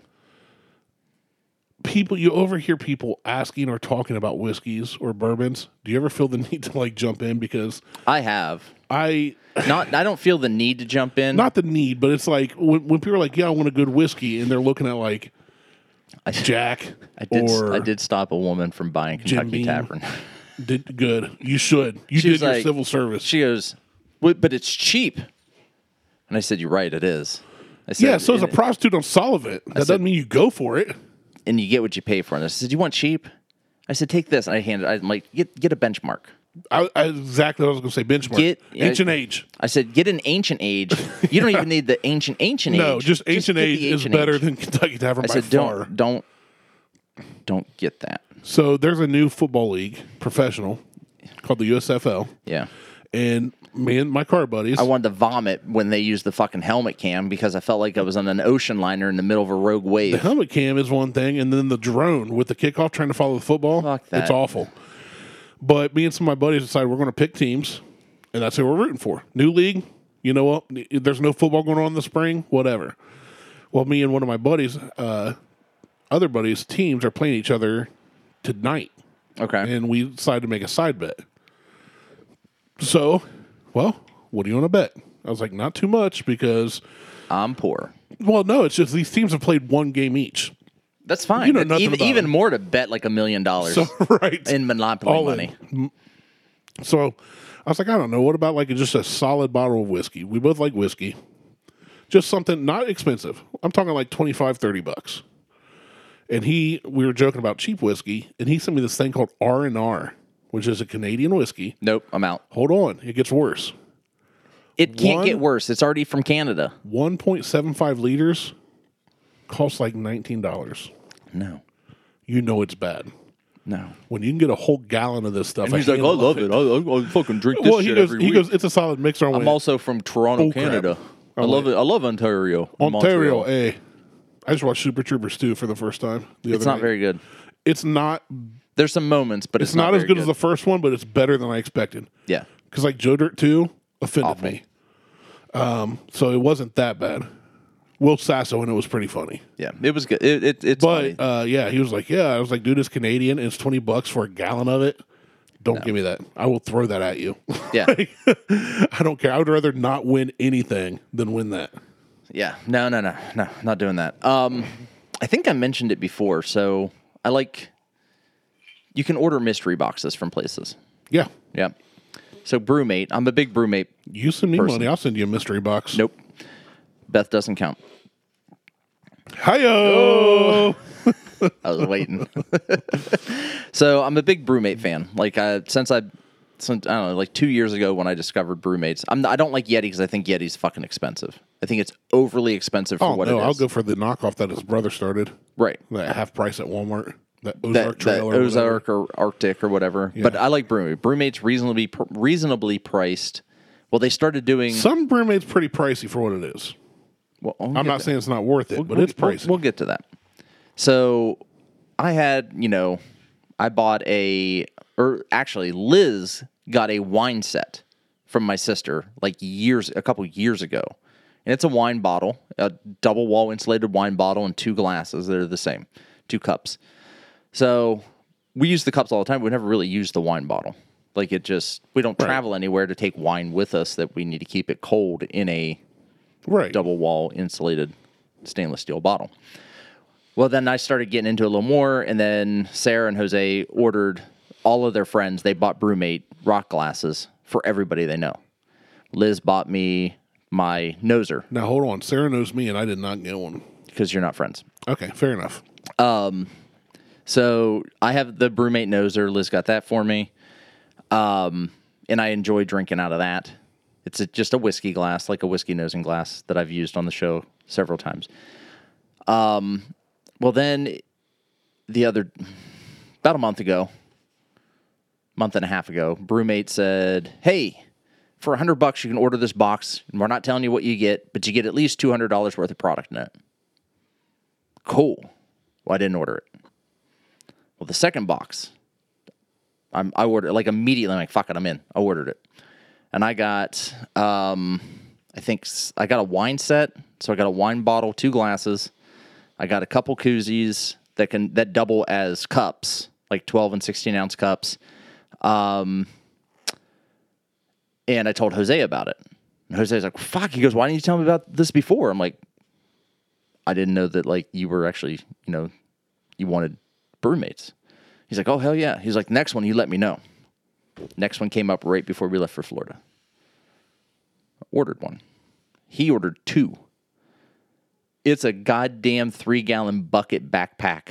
[SPEAKER 1] People you overhear people asking or talking about whiskeys or bourbons. Do you ever feel the need to like jump in because
[SPEAKER 2] I have.
[SPEAKER 1] I
[SPEAKER 2] Not I don't feel the need to jump in.
[SPEAKER 1] not the need, but it's like when, when people are like, "Yeah, I want a good whiskey," and they're looking at like
[SPEAKER 2] I,
[SPEAKER 1] Jack
[SPEAKER 2] I did
[SPEAKER 1] or
[SPEAKER 2] I did stop a woman from buying Kentucky
[SPEAKER 1] Beam.
[SPEAKER 2] Tavern.
[SPEAKER 1] did good. You should. You
[SPEAKER 2] She
[SPEAKER 1] did
[SPEAKER 2] was
[SPEAKER 1] your
[SPEAKER 2] like-
[SPEAKER 1] civil service.
[SPEAKER 2] She goes, "Wait, "But it's cheap." And I said, "You're right, it is." I said,
[SPEAKER 1] yeah, so as a
[SPEAKER 2] and,
[SPEAKER 1] prostitute on Solvent, that doesn't mean you go for it.
[SPEAKER 2] and you get what you pay for." And I said, "You want cheap?" I said, "Take this." And I handed. I'm like, "Get get a benchmark."
[SPEAKER 1] I, I, exactly what I was going to say. Benchmark.
[SPEAKER 2] Get-
[SPEAKER 1] ancient age.
[SPEAKER 2] I said, "Get an ancient age. You don't even need the ancient ancient age.
[SPEAKER 1] No, just ancient
[SPEAKER 2] get
[SPEAKER 1] age
[SPEAKER 2] the
[SPEAKER 1] is
[SPEAKER 2] ancient
[SPEAKER 1] better
[SPEAKER 2] age."
[SPEAKER 1] than Kentucky Tavern
[SPEAKER 2] I
[SPEAKER 1] by
[SPEAKER 2] said,
[SPEAKER 1] far.
[SPEAKER 2] "Don't don't don't get that."
[SPEAKER 1] So there's a new football league, professional, called the USFL,
[SPEAKER 2] Yeah.
[SPEAKER 1] and me and my car buddies.
[SPEAKER 2] I wanted to vomit when they used the fucking helmet cam because I felt like I was on an ocean liner in the middle of a rogue
[SPEAKER 1] the
[SPEAKER 2] wave.
[SPEAKER 1] helmet cam is one thing, and then the drone with the kickoff trying to follow the football.
[SPEAKER 2] Fuck
[SPEAKER 1] It's
[SPEAKER 2] that.
[SPEAKER 1] awful. But me and some of my buddies decided we're going to pick teams, and that's who we're rooting for. New league, you know what? There's no football going on in the spring, whatever. Well, me and one of my buddies, uh, other buddies' teams are playing each other tonight,
[SPEAKER 2] Okay.
[SPEAKER 1] and we decided to make a side bet. So, well, what do you want to bet? I was like, not too much because,
[SPEAKER 2] I'm poor.
[SPEAKER 1] well, no, it's just these teams have played one game each.
[SPEAKER 2] That's fine.
[SPEAKER 1] You know
[SPEAKER 2] That's
[SPEAKER 1] nothing
[SPEAKER 2] even
[SPEAKER 1] about
[SPEAKER 2] even
[SPEAKER 1] it.
[SPEAKER 2] more to bet like a million dollars
[SPEAKER 1] So, right.
[SPEAKER 2] in monopoly
[SPEAKER 1] all in.
[SPEAKER 2] money.
[SPEAKER 1] So I was like, I don't know. What about like just a solid bottle of whiskey? We both like whiskey. Just something not expensive. I'm talking like 25, 30 bucks. And he, we were joking about cheap whiskey, and he sent me this thing called R and R, which is a Canadian whiskey.
[SPEAKER 2] Nope, I'm out.
[SPEAKER 1] Hold on, it gets worse.
[SPEAKER 2] It can't
[SPEAKER 1] One-
[SPEAKER 2] get worse. It's already from Canada.
[SPEAKER 1] 1.75 liters costs like $19.
[SPEAKER 2] No,
[SPEAKER 1] You know it's bad.
[SPEAKER 2] no.
[SPEAKER 1] When you can get a whole gallon of this stuff, I
[SPEAKER 2] He's like, I
[SPEAKER 1] can't
[SPEAKER 2] love it. I, I, I fucking drink this
[SPEAKER 1] Well, he
[SPEAKER 2] shit
[SPEAKER 1] goes,
[SPEAKER 2] every
[SPEAKER 1] he
[SPEAKER 2] week.
[SPEAKER 1] goes, it's a solid mixer. I went,
[SPEAKER 2] I'm also from Toronto,
[SPEAKER 1] crap.
[SPEAKER 2] Canada. I love it. I love Ontario.
[SPEAKER 1] Ontario,
[SPEAKER 2] Montreal.
[SPEAKER 1] A. I just watched Super Troopers 2 for the first time. The
[SPEAKER 2] It's
[SPEAKER 1] other
[SPEAKER 2] not
[SPEAKER 1] night.
[SPEAKER 2] very good.
[SPEAKER 1] It's not.
[SPEAKER 2] There's some moments, but it's,
[SPEAKER 1] It's not, as
[SPEAKER 2] very
[SPEAKER 1] good, as the first one, but it's better than I expected.
[SPEAKER 2] yeah.
[SPEAKER 1] Because like Joe Dirt 2 offended me. Um, so it wasn't that bad. Will Sasso and it was pretty funny.
[SPEAKER 2] Yeah, it was good. It, it, it's funny.
[SPEAKER 1] But uh, yeah, he was like, yeah. I was like, dude, it's Canadian. And it's twenty bucks for a gallon of it. Don't give me that. I will throw that at you.
[SPEAKER 2] Yeah.
[SPEAKER 1] I don't care. I would rather not win anything than win that.
[SPEAKER 2] Yeah. No, no, no, no, not doing that. Um, I think I mentioned it before. So I like, you can order mystery boxes from places.
[SPEAKER 1] Yeah.
[SPEAKER 2] Yeah. So Brewmate, I'm a big Brewmate.
[SPEAKER 1] You send me
[SPEAKER 2] Person.
[SPEAKER 1] money. I'll send you a mystery box.
[SPEAKER 2] Nope. Beth doesn't count.
[SPEAKER 1] Hiyo.
[SPEAKER 2] I was waiting. so I'm a big Brewmate fan. Like I, since I, since I don't know, like two years ago when I discovered Brewmates, I'm I don't like Yeti because I think Yeti's fucking expensive. I think it's overly expensive for
[SPEAKER 1] Oh
[SPEAKER 2] what
[SPEAKER 1] no,
[SPEAKER 2] it is.
[SPEAKER 1] I'll go for the knockoff that his brother started.
[SPEAKER 2] right.
[SPEAKER 1] That half price at Walmart. That Ozark
[SPEAKER 2] that, that
[SPEAKER 1] trailer.
[SPEAKER 2] Ozark or Arctic or whatever. But I like Brewmate. Brewmate's reasonably pr- reasonably priced. Well, they started doing.
[SPEAKER 1] Some Brewmate's pretty pricey for what it is.
[SPEAKER 2] well, oh,
[SPEAKER 1] I'm not saying it's not worth it, but it's pricey.
[SPEAKER 2] We'll, get to that. So I had, you know, I bought a, or actually, Liz got a wine set from my sister like years, a couple years ago. And it's a wine bottle, a double wall insulated wine bottle, and two glasses. They're the same, two cups. So we use the cups all the time. We never really use the wine bottle. Like it just, we don't travel anywhere to take wine with us that we need to keep it cold in a
[SPEAKER 1] right.
[SPEAKER 2] double wall insulated stainless steel bottle. Well, then I started getting into it a little more, and then Sarah and Jose ordered all of their friends. They bought Brewmate rock glasses for everybody they know. Liz bought me my noser
[SPEAKER 1] Now hold on. Sarah knows me and I did not get one.
[SPEAKER 2] because you're not friends.
[SPEAKER 1] Okay, fair enough.
[SPEAKER 2] So I have the Brewmate noser. Liz got that for me, um, and I enjoy drinking out of that. It's a, just a whiskey glass, like a whiskey nosing glass that I've used on the show several times. Um, well, then the other about a month ago, month and a half ago, Brewmate said, "Hey, for a hundred bucks, you can order this box, and we're not telling you what you get, but you get at least two hundred dollars worth of product in it." Cool. Well, I didn't order it. Well, the second box, I'm, I ordered like immediately. I'm like, fuck it, I'm in. I ordered it. and I got um, I think s- I got a wine set. So I got a wine bottle, two glasses. I got a couple koozies that can that double as cups, like twelve and sixteen ounce cups. Um, and I told Jose about it. And Jose's like, "Fuck!" He goes, "Why didn't you tell me about this before?" I'm like, "I didn't know that like you were actually you know you wanted roommates." He's like, "Oh hell yeah!" He's like, "Next one, you let me know." Next one came up right before we left for Florida. Ordered one. He ordered two. It's a goddamn three gallon bucket backpack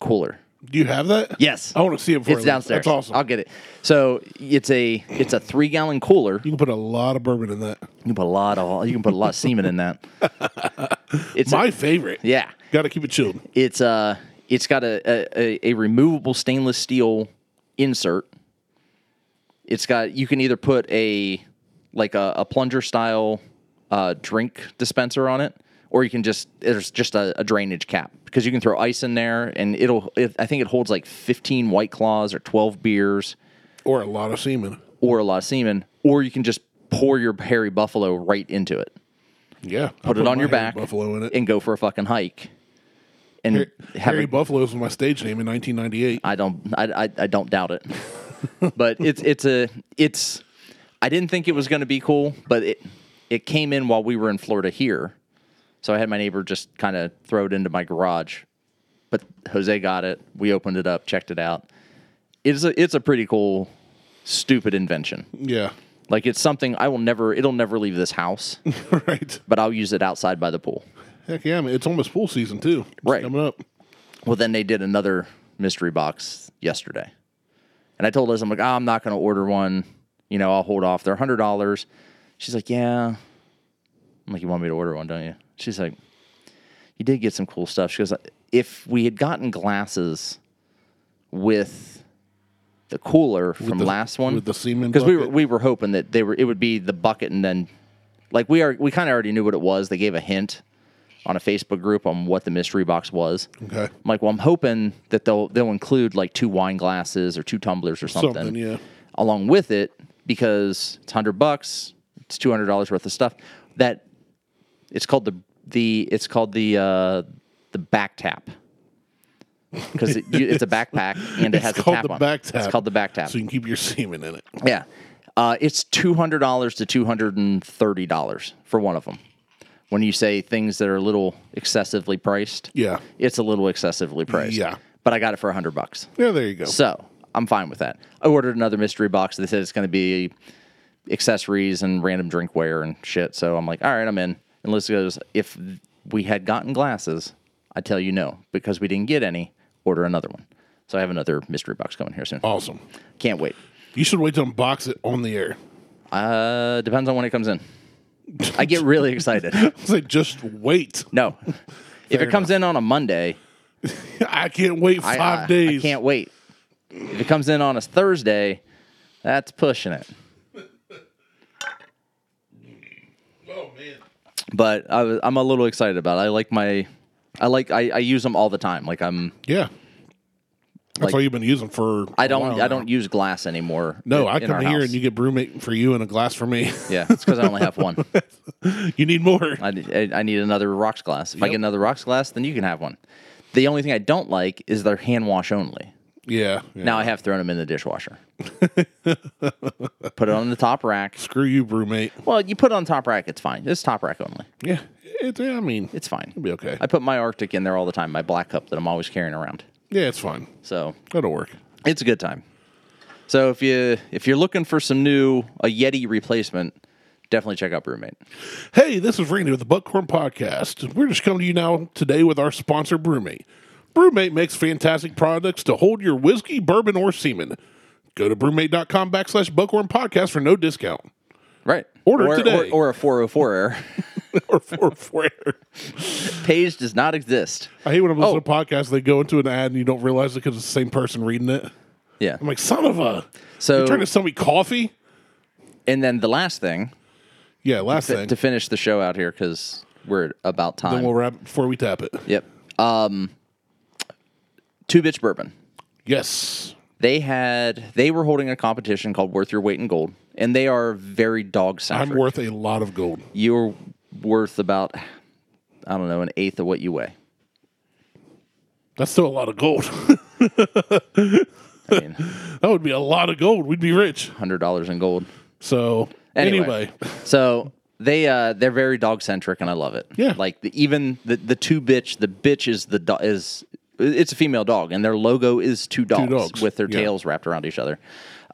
[SPEAKER 2] cooler.
[SPEAKER 1] Do you have that?
[SPEAKER 2] Yes.
[SPEAKER 1] I want to see it. Before
[SPEAKER 2] It's
[SPEAKER 1] I leave.
[SPEAKER 2] downstairs.
[SPEAKER 1] That's awesome.
[SPEAKER 2] I'll get it. So it's a it's a three gallon cooler.
[SPEAKER 1] you can put a lot of bourbon in that.
[SPEAKER 2] You can put a lot of you can put a lot of semen in that. It's a-
[SPEAKER 1] My favorite.
[SPEAKER 2] yeah.
[SPEAKER 1] Got to keep it chilled.
[SPEAKER 2] It's uh it's got a, a, a, a removable stainless steel insert. It's got you can either put a like a, a plunger style uh, drink dispenser on it, or you can just there's just a, a drainage cap because you can throw ice in there and it'll it, I think it holds like 15 white claws or 12 beers
[SPEAKER 1] Or a lot of semen.
[SPEAKER 2] or a lot of semen, or you can just pour your hairy buffalo right into it,
[SPEAKER 1] Yeah.
[SPEAKER 2] put, it on your back,
[SPEAKER 1] Buffalo in it.
[SPEAKER 2] and go for a fucking hike. And have
[SPEAKER 1] Harry
[SPEAKER 2] a
[SPEAKER 1] Buffalo was my stage name in 1998.
[SPEAKER 2] I don't I, I, I don't doubt it. but it's it's a it's I didn't think it was going to be cool, but it it came in while we were in Florida here. So I had my neighbor just kind of throw it into my garage. But Jose got it. We opened it up, checked it out. It's a it's a pretty cool stupid invention.
[SPEAKER 1] Yeah.
[SPEAKER 2] Like it's something I will never it'll never leave this house,
[SPEAKER 1] right.
[SPEAKER 2] but I'll use it outside by the pool.
[SPEAKER 1] Heck yeah, man. It's almost pool season too. It's
[SPEAKER 2] Right.
[SPEAKER 1] Coming up.
[SPEAKER 2] Well, then they did another mystery box yesterday. And I told Liz, I'm like, oh, I'm not going to order one. You know, I'll hold off. They're $100. She's like, yeah. I'm like, you want me to order one, don't you? She's like, you did get some cool stuff. She goes, if we had gotten glasses with the cooler from
[SPEAKER 1] the-
[SPEAKER 2] last one,
[SPEAKER 1] with the semen
[SPEAKER 2] because we were
[SPEAKER 1] bucket?
[SPEAKER 2] we were hoping that they were it would be the bucket and then like we are we kind of already knew what it was. They gave a hint on a Facebook group on what the mystery box was.
[SPEAKER 1] Okay.
[SPEAKER 2] I'm like, well, I'm hoping that they'll they'll include like two wine glasses or two tumblers or something,
[SPEAKER 1] Something, yeah.
[SPEAKER 2] along with it because it's hundred bucks, it's two hundred dollars worth of stuff. That it's called the the it's called the uh, the back tap because it, you- it's a backpack and it has
[SPEAKER 1] it's
[SPEAKER 2] a
[SPEAKER 1] called
[SPEAKER 2] tap
[SPEAKER 1] the
[SPEAKER 2] on. it.
[SPEAKER 1] back tap.
[SPEAKER 2] It's called the back tap.
[SPEAKER 1] So you can keep your semen in it.
[SPEAKER 2] Yeah. Uh, it's two hundred dollars to two hundred and thirty dollars for one of them. When you say things that are a little excessively priced,
[SPEAKER 1] Yeah.
[SPEAKER 2] it's a little excessively priced.
[SPEAKER 1] Yeah.
[SPEAKER 2] but I got it for hundred bucks,
[SPEAKER 1] Yeah, there you go.
[SPEAKER 2] so I'm fine with that. I ordered another mystery box. They said it's going to be accessories and random drinkware and shit. So I'm like, all right, I'm in. And Liz goes, if we had gotten glasses, I tell you no, because we didn't get any. Order another one. So I have another mystery box coming here soon.
[SPEAKER 1] awesome.
[SPEAKER 2] Can't wait.
[SPEAKER 1] You should wait to unbox it on the air.
[SPEAKER 2] Uh, depends on when it comes in. I get really excited.
[SPEAKER 1] It's like just wait.
[SPEAKER 2] No, if it comes in on a Monday,
[SPEAKER 1] I can't wait
[SPEAKER 2] I- uh,
[SPEAKER 1] five
[SPEAKER 2] I,
[SPEAKER 1] days.
[SPEAKER 2] I can't wait. If it comes in on a Thursday, that's pushing it.
[SPEAKER 1] Oh man.
[SPEAKER 2] But I, was- I'm a little excited about. it. I like my, I like I, I use them all the time. Like I'm,
[SPEAKER 1] Yeah. That's
[SPEAKER 2] Like-
[SPEAKER 1] all you've been using for.
[SPEAKER 2] I
[SPEAKER 1] a
[SPEAKER 2] don't,
[SPEAKER 1] while
[SPEAKER 2] I
[SPEAKER 1] now.
[SPEAKER 2] don't use glass anymore.
[SPEAKER 1] No,
[SPEAKER 2] i-
[SPEAKER 1] I
[SPEAKER 2] in
[SPEAKER 1] come
[SPEAKER 2] our
[SPEAKER 1] here
[SPEAKER 2] house.
[SPEAKER 1] and you get brewmate for you and a glass for me.
[SPEAKER 2] Yeah, it's because I only have one.
[SPEAKER 1] you need more.
[SPEAKER 2] I, I- I need another rocks glass. If I
[SPEAKER 1] Yep.
[SPEAKER 2] get another rocks glass, then you can have one. The only thing I don't like is their hand wash only.
[SPEAKER 1] yeah. yeah.
[SPEAKER 2] Now I have thrown them in the dishwasher. put it on the top rack.
[SPEAKER 1] Screw you, brewmate.
[SPEAKER 2] Well, you put it on top rack, it's fine. It's top rack only.
[SPEAKER 1] Yeah. It, I mean,
[SPEAKER 2] It's fine.
[SPEAKER 1] it'll be okay.
[SPEAKER 2] I put my Arctic in there all the time, my black cup that I'm always carrying around.
[SPEAKER 1] yeah, it's fine.
[SPEAKER 2] So
[SPEAKER 1] That'll work.
[SPEAKER 2] it's a good time. So if you if you're looking for some new a Yeti replacement, definitely check out Brewmate.
[SPEAKER 1] Hey, this is Randy with the Buckhorn Podcast. We're just coming to you now today with our sponsor, Brewmate. Brewmate makes fantastic products to hold your whiskey, bourbon, or semen. Go to brewmate.com backslash buckhorn podcast for no discount.
[SPEAKER 2] Right.
[SPEAKER 1] Order
[SPEAKER 2] or,
[SPEAKER 1] today.
[SPEAKER 2] Or, or a 404 error.
[SPEAKER 1] or for for-
[SPEAKER 2] Page does not exist.
[SPEAKER 1] I hate when I'm listening
[SPEAKER 2] Oh.
[SPEAKER 1] to podcasts, they go into an ad and you don't realize it because it's the same person reading it.
[SPEAKER 2] Yeah.
[SPEAKER 1] I'm like, son of a.
[SPEAKER 2] So
[SPEAKER 1] You're trying to sell me coffee?
[SPEAKER 2] and then the last thing
[SPEAKER 1] Yeah, last
[SPEAKER 2] to,
[SPEAKER 1] thing.
[SPEAKER 2] to finish the show out here because we're about time.
[SPEAKER 1] then we'll wrap it before we tap it.
[SPEAKER 2] Yep. Um, two bitch bourbon.
[SPEAKER 1] Yes.
[SPEAKER 2] They had they were holding a competition called Worth Your Weight in Gold, and they are very dog centric.
[SPEAKER 1] I'm worth a lot of gold.
[SPEAKER 2] You're worth about, I don't know, an eighth of what you weigh.
[SPEAKER 1] That's still a lot of gold.
[SPEAKER 2] I mean,
[SPEAKER 1] that would be a lot of gold. We'd be rich.
[SPEAKER 2] hundred dollars in gold.
[SPEAKER 1] So anyway,
[SPEAKER 2] Anyway. So they uh they're very dog centric, and I love it.
[SPEAKER 1] Yeah.
[SPEAKER 2] like the, even the the two bitch, the bitch is the do- is it's a female dog, and their logo is two dogs,
[SPEAKER 1] dogs,
[SPEAKER 2] with their
[SPEAKER 1] yeah.
[SPEAKER 2] tails wrapped around each other,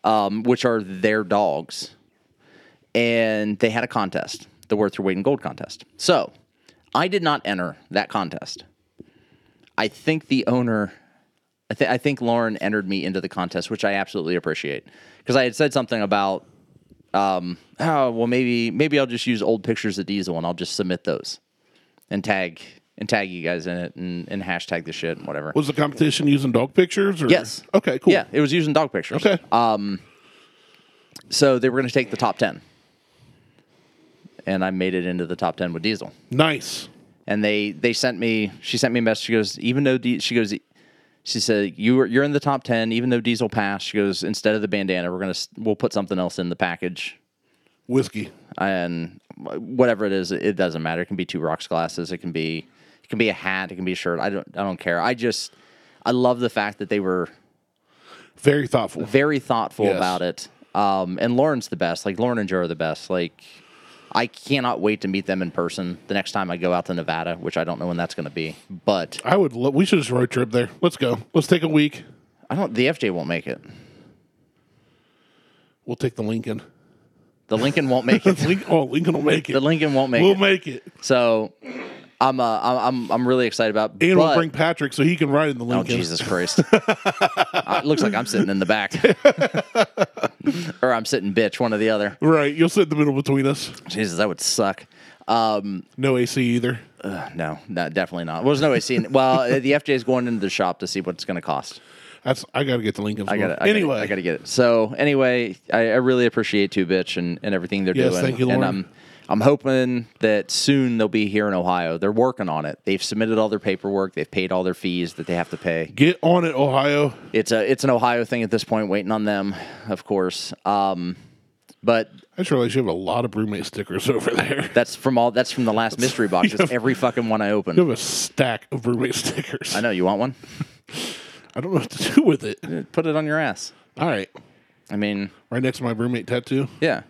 [SPEAKER 2] um, which are their dogs. And they had a contest, the worth your weight in gold contest. So I did not enter that contest. I think the owner, I, th- I think Lauren entered me into the contest, which I absolutely appreciate because I had said something about, um, oh well, maybe maybe I'll just use old pictures of Diesel and I'll just submit those, and tag and tag you guys in it and, and hashtag the shit and whatever.
[SPEAKER 1] was the competition using dog pictures? Or?
[SPEAKER 2] Yes.
[SPEAKER 1] Okay. Cool.
[SPEAKER 2] Yeah, Uh, it was using dog pictures.
[SPEAKER 1] Okay.
[SPEAKER 2] So they were going to take the top ten, and I made it into the top ten with Diesel.
[SPEAKER 1] nice.
[SPEAKER 2] and they they sent me she sent me a message she goes even though D, she goes she said you were you're in the top 10 even though diesel passed she goes instead of the bandana we're gonna s- we'll put something else in the package
[SPEAKER 1] Whiskey.
[SPEAKER 2] and whatever it is it doesn't matter it can be two rocks glasses it can be it can be a hat it can be a shirt i don't i don't care i just i love the fact that they were
[SPEAKER 1] Very thoughtful.
[SPEAKER 2] very thoughtful
[SPEAKER 1] Yes.
[SPEAKER 2] about it um and lauren's the best like lauren and joe are the best like I cannot wait to meet them in person the next time I go out to Nevada, which I don't know when that's going to be. But
[SPEAKER 1] I would. Lo- we should just road trip there. Let's go. Let's take a week.
[SPEAKER 2] I don't. The FJ won't make it.
[SPEAKER 1] We'll take the Lincoln.
[SPEAKER 2] The Lincoln won't make it.
[SPEAKER 1] Lincoln. Oh, Lincoln will make it.
[SPEAKER 2] The Lincoln won't make
[SPEAKER 1] we'll
[SPEAKER 2] it.
[SPEAKER 1] make it.
[SPEAKER 2] So I'm uh, I'm I'm- I'm really excited about.
[SPEAKER 1] And
[SPEAKER 2] but,
[SPEAKER 1] we'll bring Patrick so he can ride in the
[SPEAKER 2] oh
[SPEAKER 1] Lincoln.
[SPEAKER 2] Jesus Christ! Uh, it looks like I'm sitting in the back, or I'm sitting bitch, one or the other.
[SPEAKER 1] Right. You'll sit in the middle between us.
[SPEAKER 2] Jesus, that would suck. Um,
[SPEAKER 1] No AC either.
[SPEAKER 2] uh, no, no, definitely not. Well, there's no way seeing. Well, uh, the FJ is going into the shop to see what it's going to cost.
[SPEAKER 1] That's. I gotta get the Lincoln.
[SPEAKER 2] I got it.
[SPEAKER 1] Anyway.
[SPEAKER 2] I got to get it. So anyway, I, I really appreciate Two Bitch and, and everything they're
[SPEAKER 1] Yes,
[SPEAKER 2] doing.
[SPEAKER 1] thank you,
[SPEAKER 2] and
[SPEAKER 1] Lauren.
[SPEAKER 2] I'm I'm hoping that soon they'll be here in Ohio. They're working on it. They've submitted all their paperwork. They've paid all their fees that they have to pay.
[SPEAKER 1] Get on it, Ohio.
[SPEAKER 2] It's a it's an Ohio thing at this point. Waiting on them, of course. Um, but
[SPEAKER 1] I just realized you have a lot of brewmate stickers over there.
[SPEAKER 2] that's from all. That's from the last mystery box. It's every fucking one I
[SPEAKER 1] You
[SPEAKER 2] open.
[SPEAKER 1] have a stack of brewmate stickers.
[SPEAKER 2] I know you want one.
[SPEAKER 1] I don't know what to do with it.
[SPEAKER 2] Put it on your ass.
[SPEAKER 1] All right.
[SPEAKER 2] I mean,
[SPEAKER 1] Right next to my roommate tattoo.
[SPEAKER 2] yeah.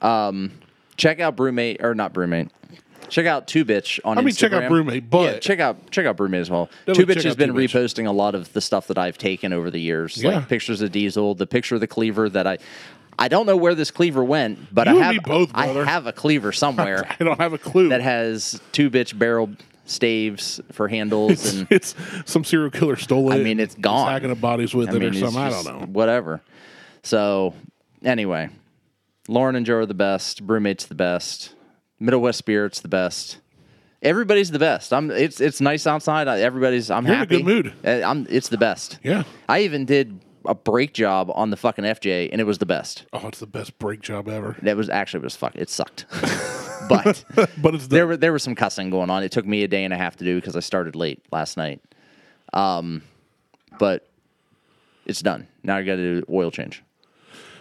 [SPEAKER 2] Um, check out Brewmate or not Brewmate. Check out Two Bitch on.
[SPEAKER 1] I mean, check out Brewmate, but-
[SPEAKER 2] yeah, check out check out Brewmate as well.
[SPEAKER 1] Definitely
[SPEAKER 2] Two
[SPEAKER 1] check
[SPEAKER 2] Bitch has
[SPEAKER 1] out
[SPEAKER 2] been
[SPEAKER 1] Two Bitch.
[SPEAKER 2] reposting a lot of the stuff that I've taken over the years,
[SPEAKER 1] Yeah.
[SPEAKER 2] like pictures of Diesel, the picture of the cleaver that I. I don't know where this cleaver went, but
[SPEAKER 1] You
[SPEAKER 2] I
[SPEAKER 1] and
[SPEAKER 2] have
[SPEAKER 1] me both,
[SPEAKER 2] I
[SPEAKER 1] brother.
[SPEAKER 2] have a cleaver somewhere
[SPEAKER 1] I don't have a clue.
[SPEAKER 2] that has two bitch barrel staves for handles and
[SPEAKER 1] it's some serial killer stole it.
[SPEAKER 2] I mean, it's
[SPEAKER 1] and
[SPEAKER 2] gone.
[SPEAKER 1] Stacking up bodies with
[SPEAKER 2] I
[SPEAKER 1] it or
[SPEAKER 2] mean, it's
[SPEAKER 1] something. I don't
[SPEAKER 2] just
[SPEAKER 1] know.
[SPEAKER 2] Whatever. So, anyway, Lauren and Joe are the best. Brewmate's the best. Middle West Spirit's the best. Everybody's the best. I'm. It's it's nice outside. I- Everybody's. I'm
[SPEAKER 1] You're in a
[SPEAKER 2] happy.
[SPEAKER 1] good mood.
[SPEAKER 2] Uh, I'm. It's the best.
[SPEAKER 1] Yeah.
[SPEAKER 2] I even did a brake job on the fucking FJ, and it was the best.
[SPEAKER 1] Oh, it's the best brake job ever.
[SPEAKER 2] That was actually it was fuck. It sucked. but
[SPEAKER 1] But it's
[SPEAKER 2] there
[SPEAKER 1] the,
[SPEAKER 2] were there was some cussing going on. It took me a day and a half to do because I started late last night. Um, but it's done. Now I got to do oil change.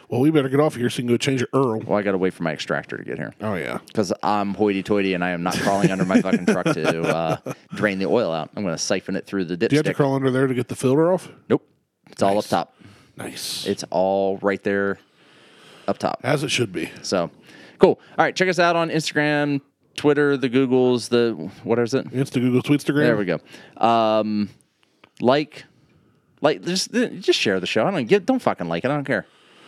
[SPEAKER 1] well, we better get off here so you can go change your Earl.
[SPEAKER 2] Well, I got to wait for my extractor to get here
[SPEAKER 1] Oh yeah.
[SPEAKER 2] because I'm hoity-toity and I am not crawling under my fucking truck to uh, drain the oil out. I'm going to siphon it through the
[SPEAKER 1] You have to
[SPEAKER 2] dipstick.
[SPEAKER 1] crawl under there to get the filter off.
[SPEAKER 2] nope, it's all up top.
[SPEAKER 1] Nice.
[SPEAKER 2] It's all right there, up top.
[SPEAKER 1] As it should be.
[SPEAKER 2] So cool. All right, check us out on Instagram, Twitter, the Googles, the what is it?
[SPEAKER 1] Insta Google Tweetstagram.
[SPEAKER 2] There we go. Um, like, like, just just share the show. I don't get. Don't fucking like it. I don't care.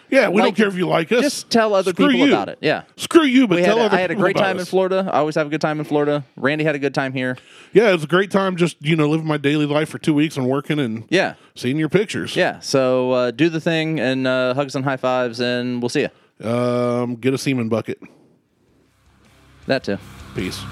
[SPEAKER 1] Yeah, we
[SPEAKER 2] Like
[SPEAKER 1] don't care if you like us.
[SPEAKER 2] Just tell other
[SPEAKER 1] Screw
[SPEAKER 2] people
[SPEAKER 1] you.
[SPEAKER 2] about it. Yeah.
[SPEAKER 1] Screw you, but
[SPEAKER 2] We had
[SPEAKER 1] tell
[SPEAKER 2] a,
[SPEAKER 1] other
[SPEAKER 2] I had a
[SPEAKER 1] people
[SPEAKER 2] great
[SPEAKER 1] about
[SPEAKER 2] time in
[SPEAKER 1] us.
[SPEAKER 2] Florida. I always have a good time in Florida. Randy had a good time here.
[SPEAKER 1] Yeah, it was a great time just, you know, living my daily life for two weeks and working and
[SPEAKER 2] Yeah.
[SPEAKER 1] seeing your pictures.
[SPEAKER 2] Yeah. So uh, do the thing and uh, hugs and high fives, and we'll see you.
[SPEAKER 1] Um, get a semen bucket.
[SPEAKER 2] That too.
[SPEAKER 1] Peace.